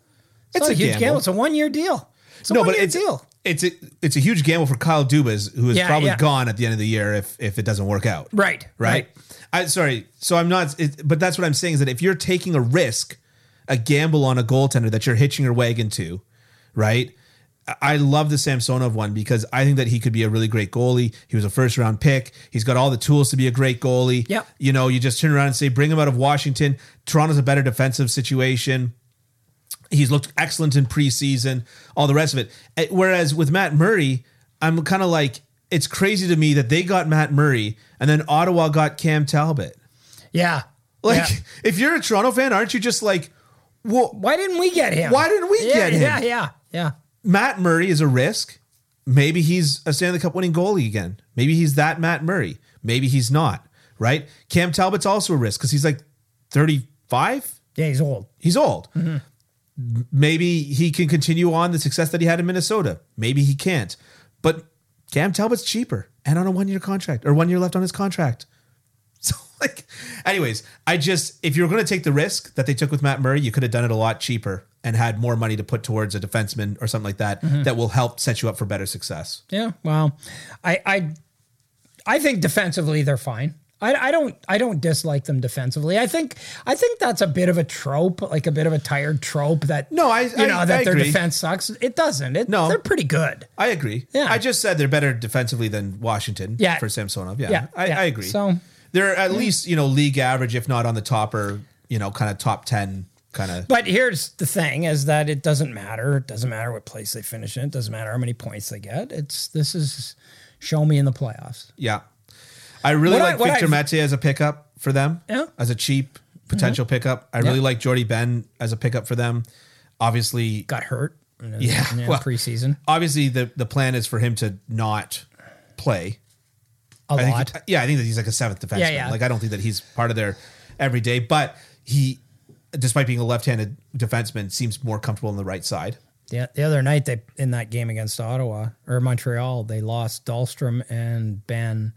It's, It's not a, a huge gamble. gamble. It's a one year deal. It's a no, one but year it's deal. it's a it's a huge gamble for Kyle Dubas, who is Yeah, probably yeah. gone at the end of the year if if it doesn't work out. Right, right. right. I sorry. So I'm not. It, but that's what I'm saying is that if you're taking a risk, a gamble on a goaltender that you're hitching your wagon to, right? I- I love the Samsonov one because I think that he could be a really great goalie. He was a first round pick. He's got all the tools to be a great goalie. Yep. You know, you just turn around and say, bring him out of Washington. Toronto's a better defensive situation. He's looked excellent in preseason, all the rest of it. Eh, Whereas with Matt Murray, I'm kind of like, it's crazy to me that they got Matt Murray and then Ottawa got Cam Talbot. *laughs* Yeah. Like, Yeah. if you're a Toronto fan, aren't you just like, well, why didn't we get him? Why didn't we Yeah, get him? Yeah, yeah, yeah. Matt Murray is a risk. Maybe he's a Stanley Cup winning goalie again. Maybe he's that Matt Murray. Maybe he's not, right? Cam Talbot's also a risk because he's like 35. Yeah, he's old. He's old. M- Maybe he can continue on the success that he had in Minnesota. Maybe he can't. But Cam Talbot's cheaper and on a one year contract or one year left on his contract. *laughs* So, like, anyways, I just, if you were going to take the risk that they took with Matt Murray, you could have done it a lot cheaper and had more money to put towards a defenseman or something like that that will help set you up for better success. Yeah. Well, I I I think defensively they're fine. I, I don't I don't dislike them defensively. I think I think that's a bit of a trope, like a bit of a tired trope that No, I- you I- know I that their agree. defense sucks. It doesn't. It, No. they're pretty good. I agree. Yeah. I just said they're better defensively than Washington Yeah. for Samsonov. Yeah. Yeah, I, yeah. I agree. So- they're at least, you know, league average, if not on the top or, you know, kind of top 10 kind of. But here's the thing: is that it doesn't matter. It doesn't matter what place they finish in. It doesn't matter how many points they get. It's this is show me in the playoffs. Yeah. I really What I- like what Victor I've- Mete as a pickup for them. Yeah. Mm-hmm. As a cheap potential pickup. I really like Jordy Ben as a pickup for them. Obviously, Got hurt. You know, Yeah, in the well, preseason obviously the, the plan is for him to not play. a I think- lot. yeah, I think that he's like a seventh defenseman. Yeah, yeah. Like I don't think that he's part of their everyday, but he despite being a left-handed defenseman seems more comfortable on the right side. The, the other night they in that game against Ottawa or Montreal, they lost Dahlstrom and Ben,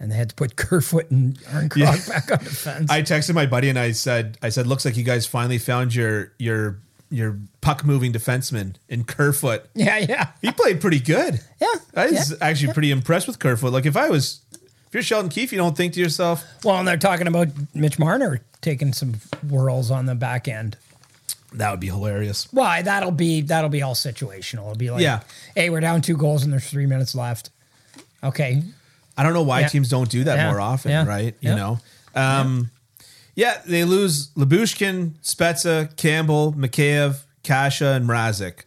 and they had to put *laughs* Kerfoot and Arncroft *laughs* back on defense. I texted my buddy and I said, I said, looks like you guys finally found your your your puck moving defenseman in Kerfoot. yeah, yeah, He played pretty good. Yeah, I was yeah, actually pretty impressed with Kerfoot. Like if I was if you're Sheldon Keefe, you don't think to yourself, Well, and they're talking about Mitch Marner taking some whirls on the back end. that would be hilarious. Why? That'll be that'll be all situational. It'll be like, Yeah. hey, we're down two goals and there's three minutes left. Okay, I don't know why Yeah. teams don't do that Yeah. more often, Yeah. right? You Yeah. know. Um yeah. they lose Labushkin, Spezza, Campbell, Mikheyev, Kasha, and Mrazek.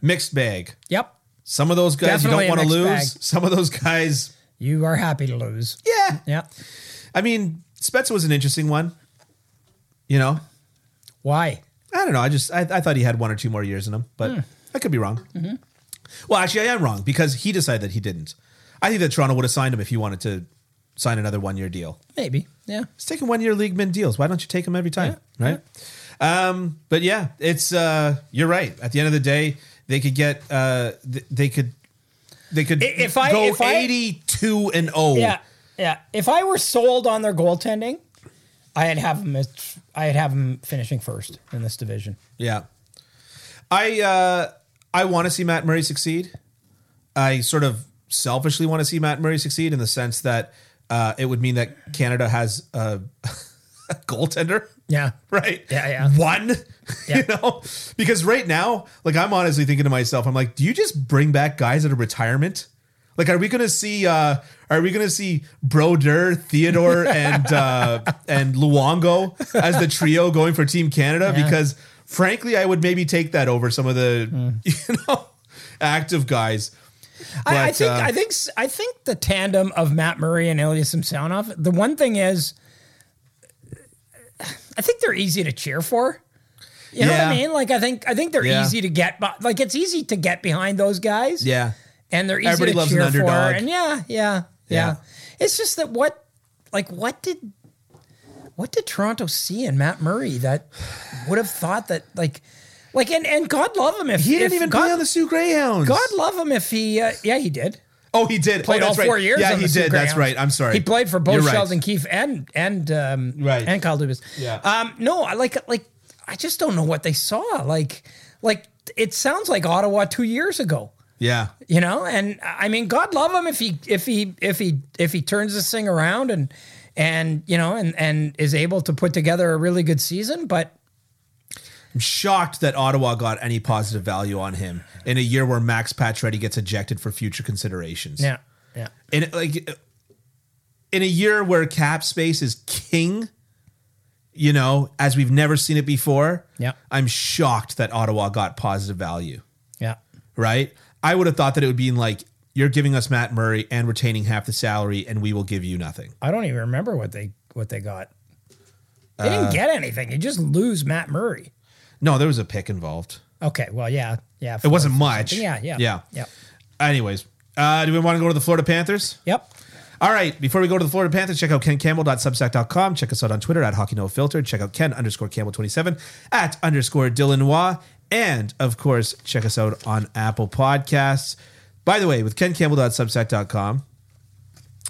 Mixed bag. yep, Some of those guys Mm-hmm. Definitely you don't a want to mixed lose. bag. Some of those guys, you are happy to lose. yeah. Yeah. I mean, Spezza was an interesting one. You know, Why? I don't know. I just I, I thought he had one or two more years in him, but Hmm. I could be wrong. Mm-hmm. Well, actually, I am wrong because he decided that he didn't. I think that Toronto would have signed him if he wanted to sign another one year deal. Maybe. Yeah. It's taking one year league min deals. Why don't you take them every time, right? Um, but yeah, it's uh, you're right. At the end of the day, they could get uh, th- they could they could I- if I- go if I- 82 and oh. 0. Yeah, yeah. If I were sold on their goaltending, I'd have them. I'd have them finishing first in this division. Yeah. I uh I want to see Matt Murray succeed. I sort of selfishly want to see Matt Murray succeed in the sense that uh it would mean that Canada has a, *laughs* a goaltender. Yeah, *laughs* Right. Yeah, yeah. One. *laughs* Yeah. You know? Because right now, like I'm honestly thinking to myself, I'm like, do you just bring back guys out of retirement? Like, are we gonna see? Uh, are we gonna see Broder, *laughs* Theodore, and uh, and Luongo as the trio going for Team Canada? Yeah. Because frankly, I would maybe take that over some of the Hmm. *laughs* you know active guys. I, I But, think uh, I think s- I think the tandem of Matt Murray and Ilya Samsonov. The one thing is, I think they're easy to cheer for. You know what I Yeah. mean? Like I think I think they're Yeah. easy to get. By, like it's easy to get behind those guys. Yeah, and they're easy Everybody to loves an cheer underdog. for. And yeah, yeah, Yeah. yeah, It's just that what, like, what did, what did Toronto see in Matt Murray that would have thought that like, like, and and God love him if he if didn't even God, play on the Sioux Greyhounds. God love him if he uh, yeah he did oh, he did. played oh, all that's right. four years. Yeah, on he the Sioux did. That's Greyhounds. right. I'm sorry. He played for You're both right. Sheldon Keefe and and um, Right. and Kyle Dubas. Yeah. Um, no, I like like I just don't know what they saw. Like like it sounds like Ottawa two years ago Yeah, you know and i mean god love him if he if he if he if he turns this thing around and and you know and and is able to put together a really good season but I'm shocked that Ottawa got any positive value on him in a year where Max Pacioretty gets ejected for future considerations. yeah yeah in like in a year where cap space is king, you know, as we've never seen it before. Yeah. I'm shocked that Ottawa got positive value, yeah right? I would have thought that it would be in like you're giving us Matt Murray and retaining half the salary, and we will give you nothing. i don't even remember what they what they got they didn't get anything you just lose matt murray No, there was a pick involved. okay well yeah yeah It wasn't much. yeah yeah yeah, yep Anyways, uh, do we want to go to the Florida Panthers? yep All right, before we go to the Florida Panthers, check out kencampbell.substack.com. Check us out on Twitter at HockeyNoFilter. Check out Ken underscore Campbell27 at underscore Dillanois. And, of course, check us out on Apple Podcasts. By the way, with kencampbell.substack.com,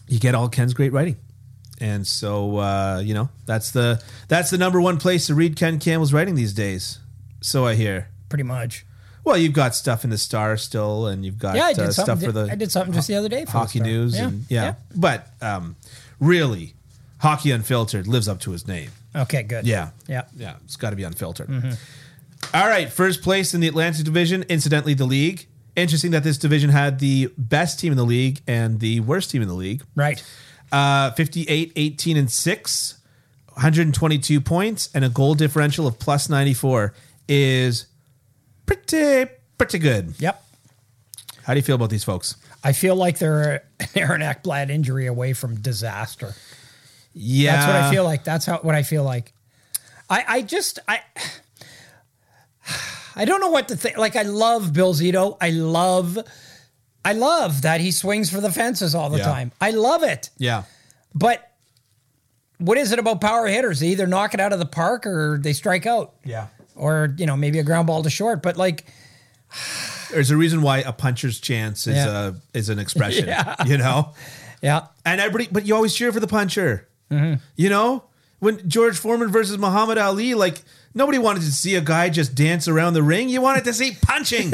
you get all Ken's great writing. And so, uh, you know, that's the that's the number one place to read Ken Campbell's writing these days. So I hear. pretty much Well, you've got stuff in the Star still, and you've got yeah i uh, did something stuff for the i did something just the other day for the hockey Star. news Yeah, and yeah. But um, really, hockey unfiltered lives up to his name. yeah. okay good Yeah, yeah Mm-hmm. yeah. It's got to be unfiltered. All right, first place in the Atlantic Division. Incidentally, the league. Interesting that this division had the best team in the league and the worst team in the league. right Uh, 58, 18, and 6, 122 points, and a goal differential of plus 94 is pretty, pretty good. yep How do you feel about these folks? I feel like *laughs* they're an Aaron Eckblad injury away from disaster. Yeah. That's what I feel like. That's how what I feel like. I I just I I don't know what to think. Like I love Bill Zito. I love I love that he swings for the fences all the Yeah. time. I love it. Yeah. But what is it about power hitters? They either knock it out of the park or they strike out. Yeah. Or, you know, maybe a ground ball to short. But like there's a reason why a puncher's chance is Yeah. a is *laughs* an expression, you know. yeah. And everybody, but you always cheer for the puncher, Mm-hmm. you know. When George Foreman versus Muhammad Ali, like nobody wanted to see a guy just dance around the ring. You wanted to see *laughs* punching.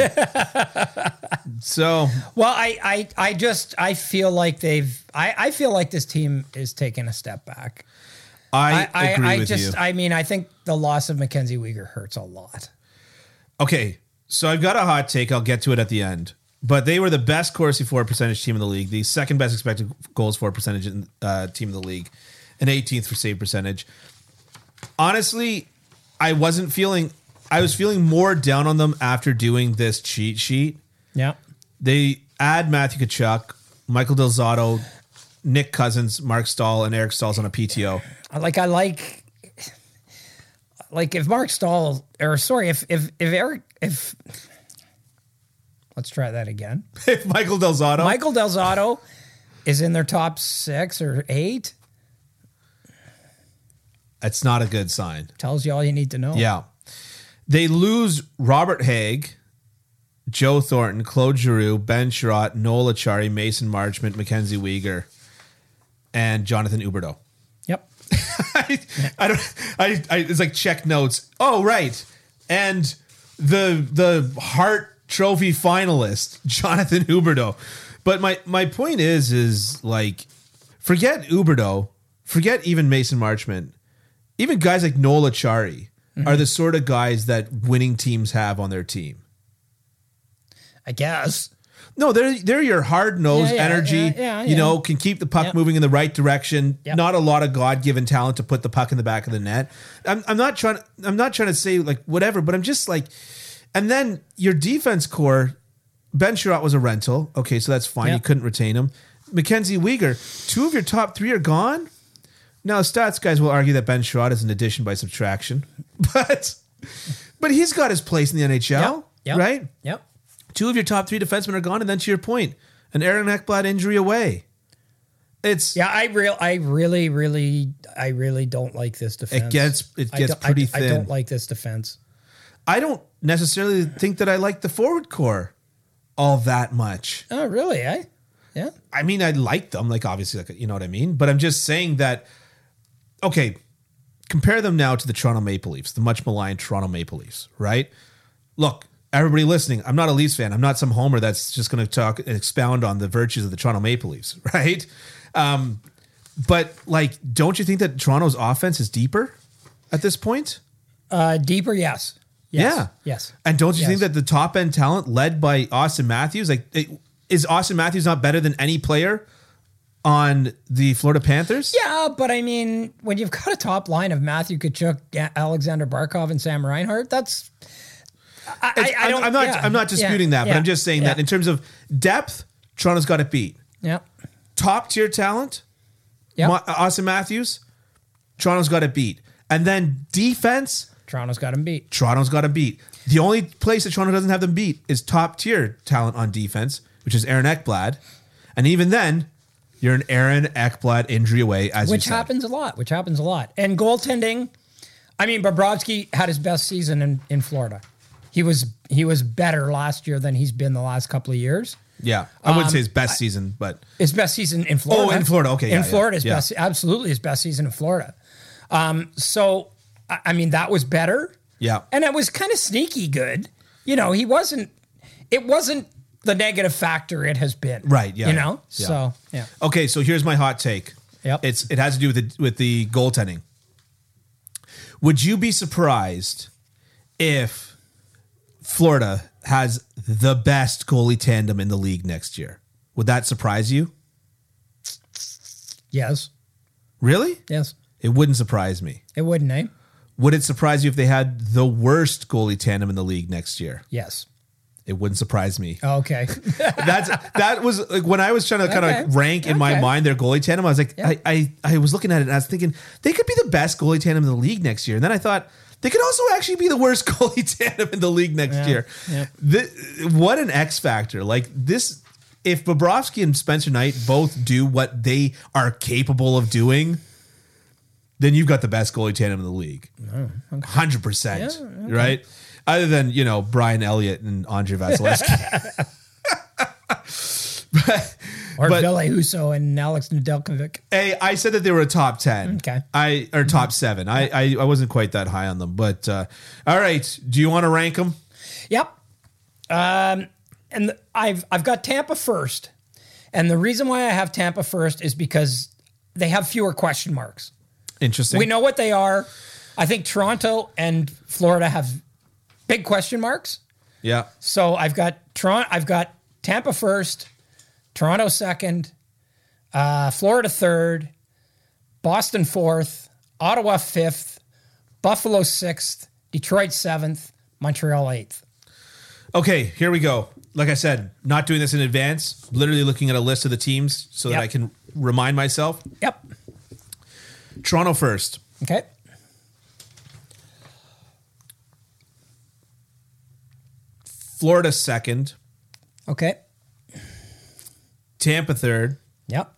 so Well, I, I, I just I feel like they've I, I feel like this team is taking a step back. I, I, I, agree I with just you. I mean I think the loss of Mackenzie Weegar hurts a lot. okay, so I've got a hot take. I'll get to it at the end. But they were the best Corsi four percentage team in the league, the second best expected goals for percentage in, uh, team in the league, and 18th for save percentage. honestly, I wasn't feeling. I was feeling more down on them after doing this cheat sheet. Yeah. They add Matthew Kachuk, Michael Delzato, Nick Cousins, Mark Stahl, and Eric Stahl's on a PTO. Like I like like if Mark Stahl or sorry, if if if Eric if let's try that again. *laughs* if Michael Delzato, Michael Delzato is in their top six or eight, that's not a good sign. tells you all you need to know. Yeah, they lose Robert Haig, Joe Thornton, Claude Giroux, Ben Sherratt, Noel Achari, Mason Marchment, Mackenzie Weegar, and Jonathan Uberto. Yep. I, *laughs* I don't. I, I it's like check notes. Oh right, and the the Hart Trophy finalist *laughs* Jonathan Huberto. But my my point is is like forget Huberto, forget even Mason Marchman, even guys like Noel Achari are the sort of guys that winning teams have on their team. I guess. No, they're they're your hard nosed Yeah, yeah, energy. yeah, yeah, you yeah. know, can keep the puck Yep. moving in the right direction. Yep. Not a lot of God given talent to put the puck in the back of the net. I'm I'm not trying I'm not trying to say like whatever, but I'm just like, and then your defense core. Ben Sherratt was a rental. Okay, so that's fine. You Yep. couldn't retain him. Mackenzie Wieger, two of your top three are gone. Now, stats guys will argue that Ben Sherratt is an addition by subtraction, *laughs* but but he's got his place in the NHL, right? Yep. Two of your top three defensemen are gone, and then to your point, an Aaron Eckblad injury away. It's Yeah, I real, I really, really, I really don't like this defense. gets- it I gets don't- I- pretty I thin. don't like this defense. I don't necessarily think that I like the forward core all that much. Oh, really? I, yeah. I mean, I like them, like obviously, like you know what I mean. But I'm just saying that. Okay, compare them now to the Toronto Maple Leafs, the much maligned Toronto Maple Leafs, right? Look, everybody listening, I'm not a Leafs fan. I'm not some homer that's just going to talk and expound on the virtues of the Toronto Maple Leafs, *laughs* right? Um, but like, don't you think that Toronto's offense is deeper at this point? Uh, deeper, yes. yes. Yeah. Yes. And don't you Yes. think that the top end talent led by Austin Matthews, like, it, is Austin Matthews not better than any player on the Florida Panthers? Yeah, but I mean, when you've got a top line of Matthew Kachuk, A- Alexander Barkov, and Sam Reinhart, that's. I, I, I am don't, not. yeah, I'm not yeah, disputing that, but yeah, I'm just saying yeah, that in terms of depth, Toronto's got it beat. Yeah. Top tier talent, Yeah. Ma- Austin Matthews, Toronto's got it beat. And then defense, Toronto's got him beat. Toronto's got them beat. The only place that Toronto doesn't have them beat is top tier talent on defense, which is Aaron Ekblad. And even then, you're an Aaron Ekblad injury away, as Which you said. happens a lot. Which happens a lot. And goaltending, I mean, Bobrovsky had his best season in, in Florida. He was he was better last year than he's been the last couple of years. Yeah, I wouldn't say his Um, best season, but His best season in Florida. Oh, in Florida. Okay, yeah, in yeah, Florida, his yeah. best, absolutely his best season in Florida. Um, so, I, I mean, that was better. yeah, And it was kind of sneaky good. You know, he wasn't, it wasn't the negative factor it has been. Right, yeah, You yeah, know? yeah. So, yeah. Okay, so here's my hot take. Yep. It's it has to do with the with the goaltending. Would you be surprised if Florida has the best goalie tandem in the league next year? Would that surprise you? Yes. Really? Yes. It wouldn't surprise me. It wouldn't, eh? Would it surprise you if they had the worst goalie tandem in the league next year? Yes. It wouldn't surprise me. *laughs* Okay. That's that was like when I was trying to kind Okay. of rank in my Okay. mind their goalie tandem. I was like, Yeah. I, I I was looking at it and I was thinking they could be the best goalie tandem in the league next year. And then I thought they could also actually be the worst *laughs* goalie tandem in the league next year. yeah. The- what an X factor! Like this, if Bobrovsky and Spencer Knight both do what they are capable of doing, then you've got the best goalie tandem in the league, Oh, hundred percent, right? Other than you know Brian Elliott and Andre Vasilevsky. or But- Ville Husso and Alex Nedeljkovic. Hey, I said that they were a top ten. Okay. Mm-hmm. I or top seven. I I, I wasn't quite that high on them, but uh, all right. Do you want to rank them? Yep. Um, and I've I've got Tampa first, and the reason why I have Tampa first is because they have fewer question marks. Interesting. We know what they are. I think Toronto and Florida have big question marks. Yeah. So I've got Toronto. I've got Tampa first, Toronto second, uh, Florida third, Boston fourth, Ottawa fifth, Buffalo sixth, Detroit seventh, Montreal eighth. Okay. Here we go. Like I said, not doing this in advance. Literally looking at a list of the teams so that Yep. I can remind myself. Yep. Toronto first. Okay. Florida second. Okay. Tampa third. Yep.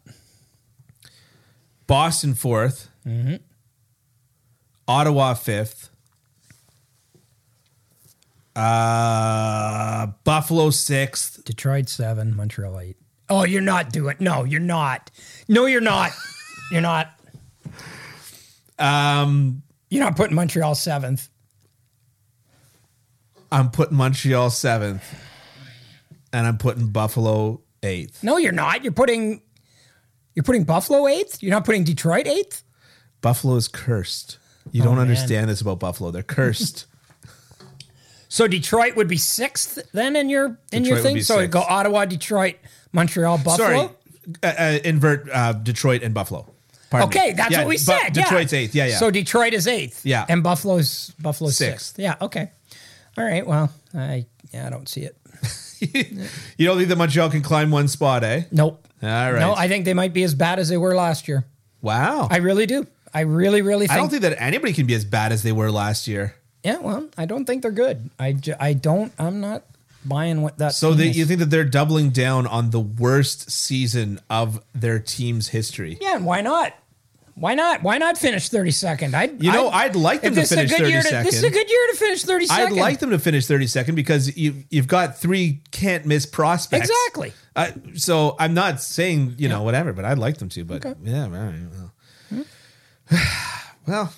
Boston 4th Mm-hmm. Ottawa fifth, uh, Buffalo sixth. Detroit seven, Montreal eight. Oh, you're not doing. No, you're not. No, *laughs* you're not. you're not. Um, Um, you're not putting Montreal seventh. I'm putting Montreal seventh, and I'm putting Buffalo eighth. No, you're not. You're putting. You're putting Buffalo eighth. You're not putting Detroit eighth. Buffalo is cursed. You don't Oh, man. *laughs* understand this about Buffalo. They're cursed. So Detroit would be sixth then in your in Detroit your would thing. be So it'd go sixth. Ottawa, Detroit, Montreal, Buffalo. Sorry, uh, uh, invert uh, Detroit and Buffalo. Pardon me. Okay, that's Yeah, what we Bu- said. yeah. Detroit's eighth. Yeah, yeah. So Detroit is eighth. Yeah. And Buffalo's Buffalo's Sixth. sixth. Yeah. Okay. All right. Well, I yeah, I don't see it. *laughs* you don't think that Montreal can climb one spot, eh? Nope. All right. No, I think they might be as bad as they were last year. wow. I I, really do. I really, really think. don't think that anybody can be as bad as they were last year. yeah. Well, I don't think they're good. I, ju- I don't. I'm not buying what that. So team they, is. you think that they're doubling down on the worst season of their team's history? Yeah, and why not? Why not? Why not finish 32nd? I You know, I'd like them if to this is a finish good year to- This is a 32nd. good year to finish 32nd. I'd like them to finish 32nd because you you've got three can't miss prospects. Exactly. Uh, so I'm not saying you know whatever, but I'd like them to. But yeah, all right, well. *sighs* well,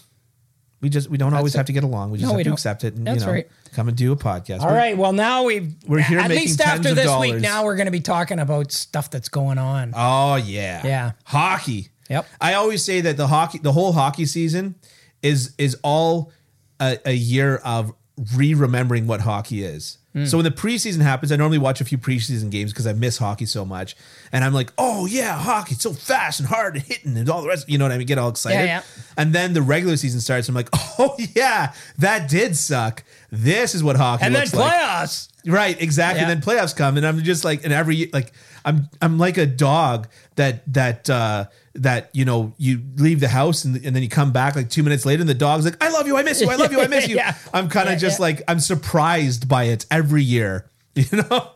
we just we don't always Hmm? it. have to get along. We just No, have we to don't. accept it and That's you know right. come and do a podcast. All right. Well, now we've We're here At making least tens after of this dollars. week, now we're going to be talking about stuff that's going on. Oh yeah. Yeah. Hockey. Yep. I always say that the hockey the whole hockey season is is all a, a year of re-remembering what hockey is. Hmm. So when the preseason happens, I normally watch a few preseason games because I miss hockey so much. And I'm like, oh yeah, hockey, it's so fast and hard and hitting and all the rest. You know what I mean? Get all excited. Yeah, yeah. And then the regular season starts. I'm like, *laughs* oh yeah, that did suck. This is what hockey and then looks like. playoffs. Right, exactly. Yeah. And then playoffs come, and I'm just like, and every like, I'm I'm like a dog that that uh that you know you leave the house and, and then you come back like two minutes later, and the dog's like, I love you, I miss you, I love you, I miss you. *laughs* Yeah. I'm kind of Yeah, just yeah. like I'm surprised by it every year, *laughs* you know.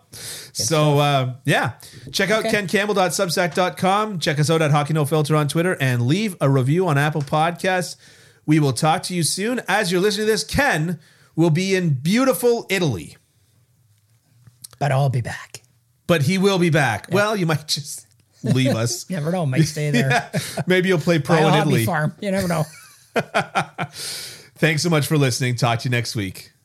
So uh, yeah, check out Okay. kencampbell.substack.com. Check us out at Hockey No Filter on Twitter and leave a review on Apple Podcasts. We will talk to you soon. As you're listening to this, Ken will be in beautiful Italy But I'll be back. but he will be back. Well, you might just leave us. Never know. Might *laughs* stay *laughs* there. Maybe you'll play pro Buy a in hobby Italy. farm. You never know. Thanks so much for listening. Talk to you next week.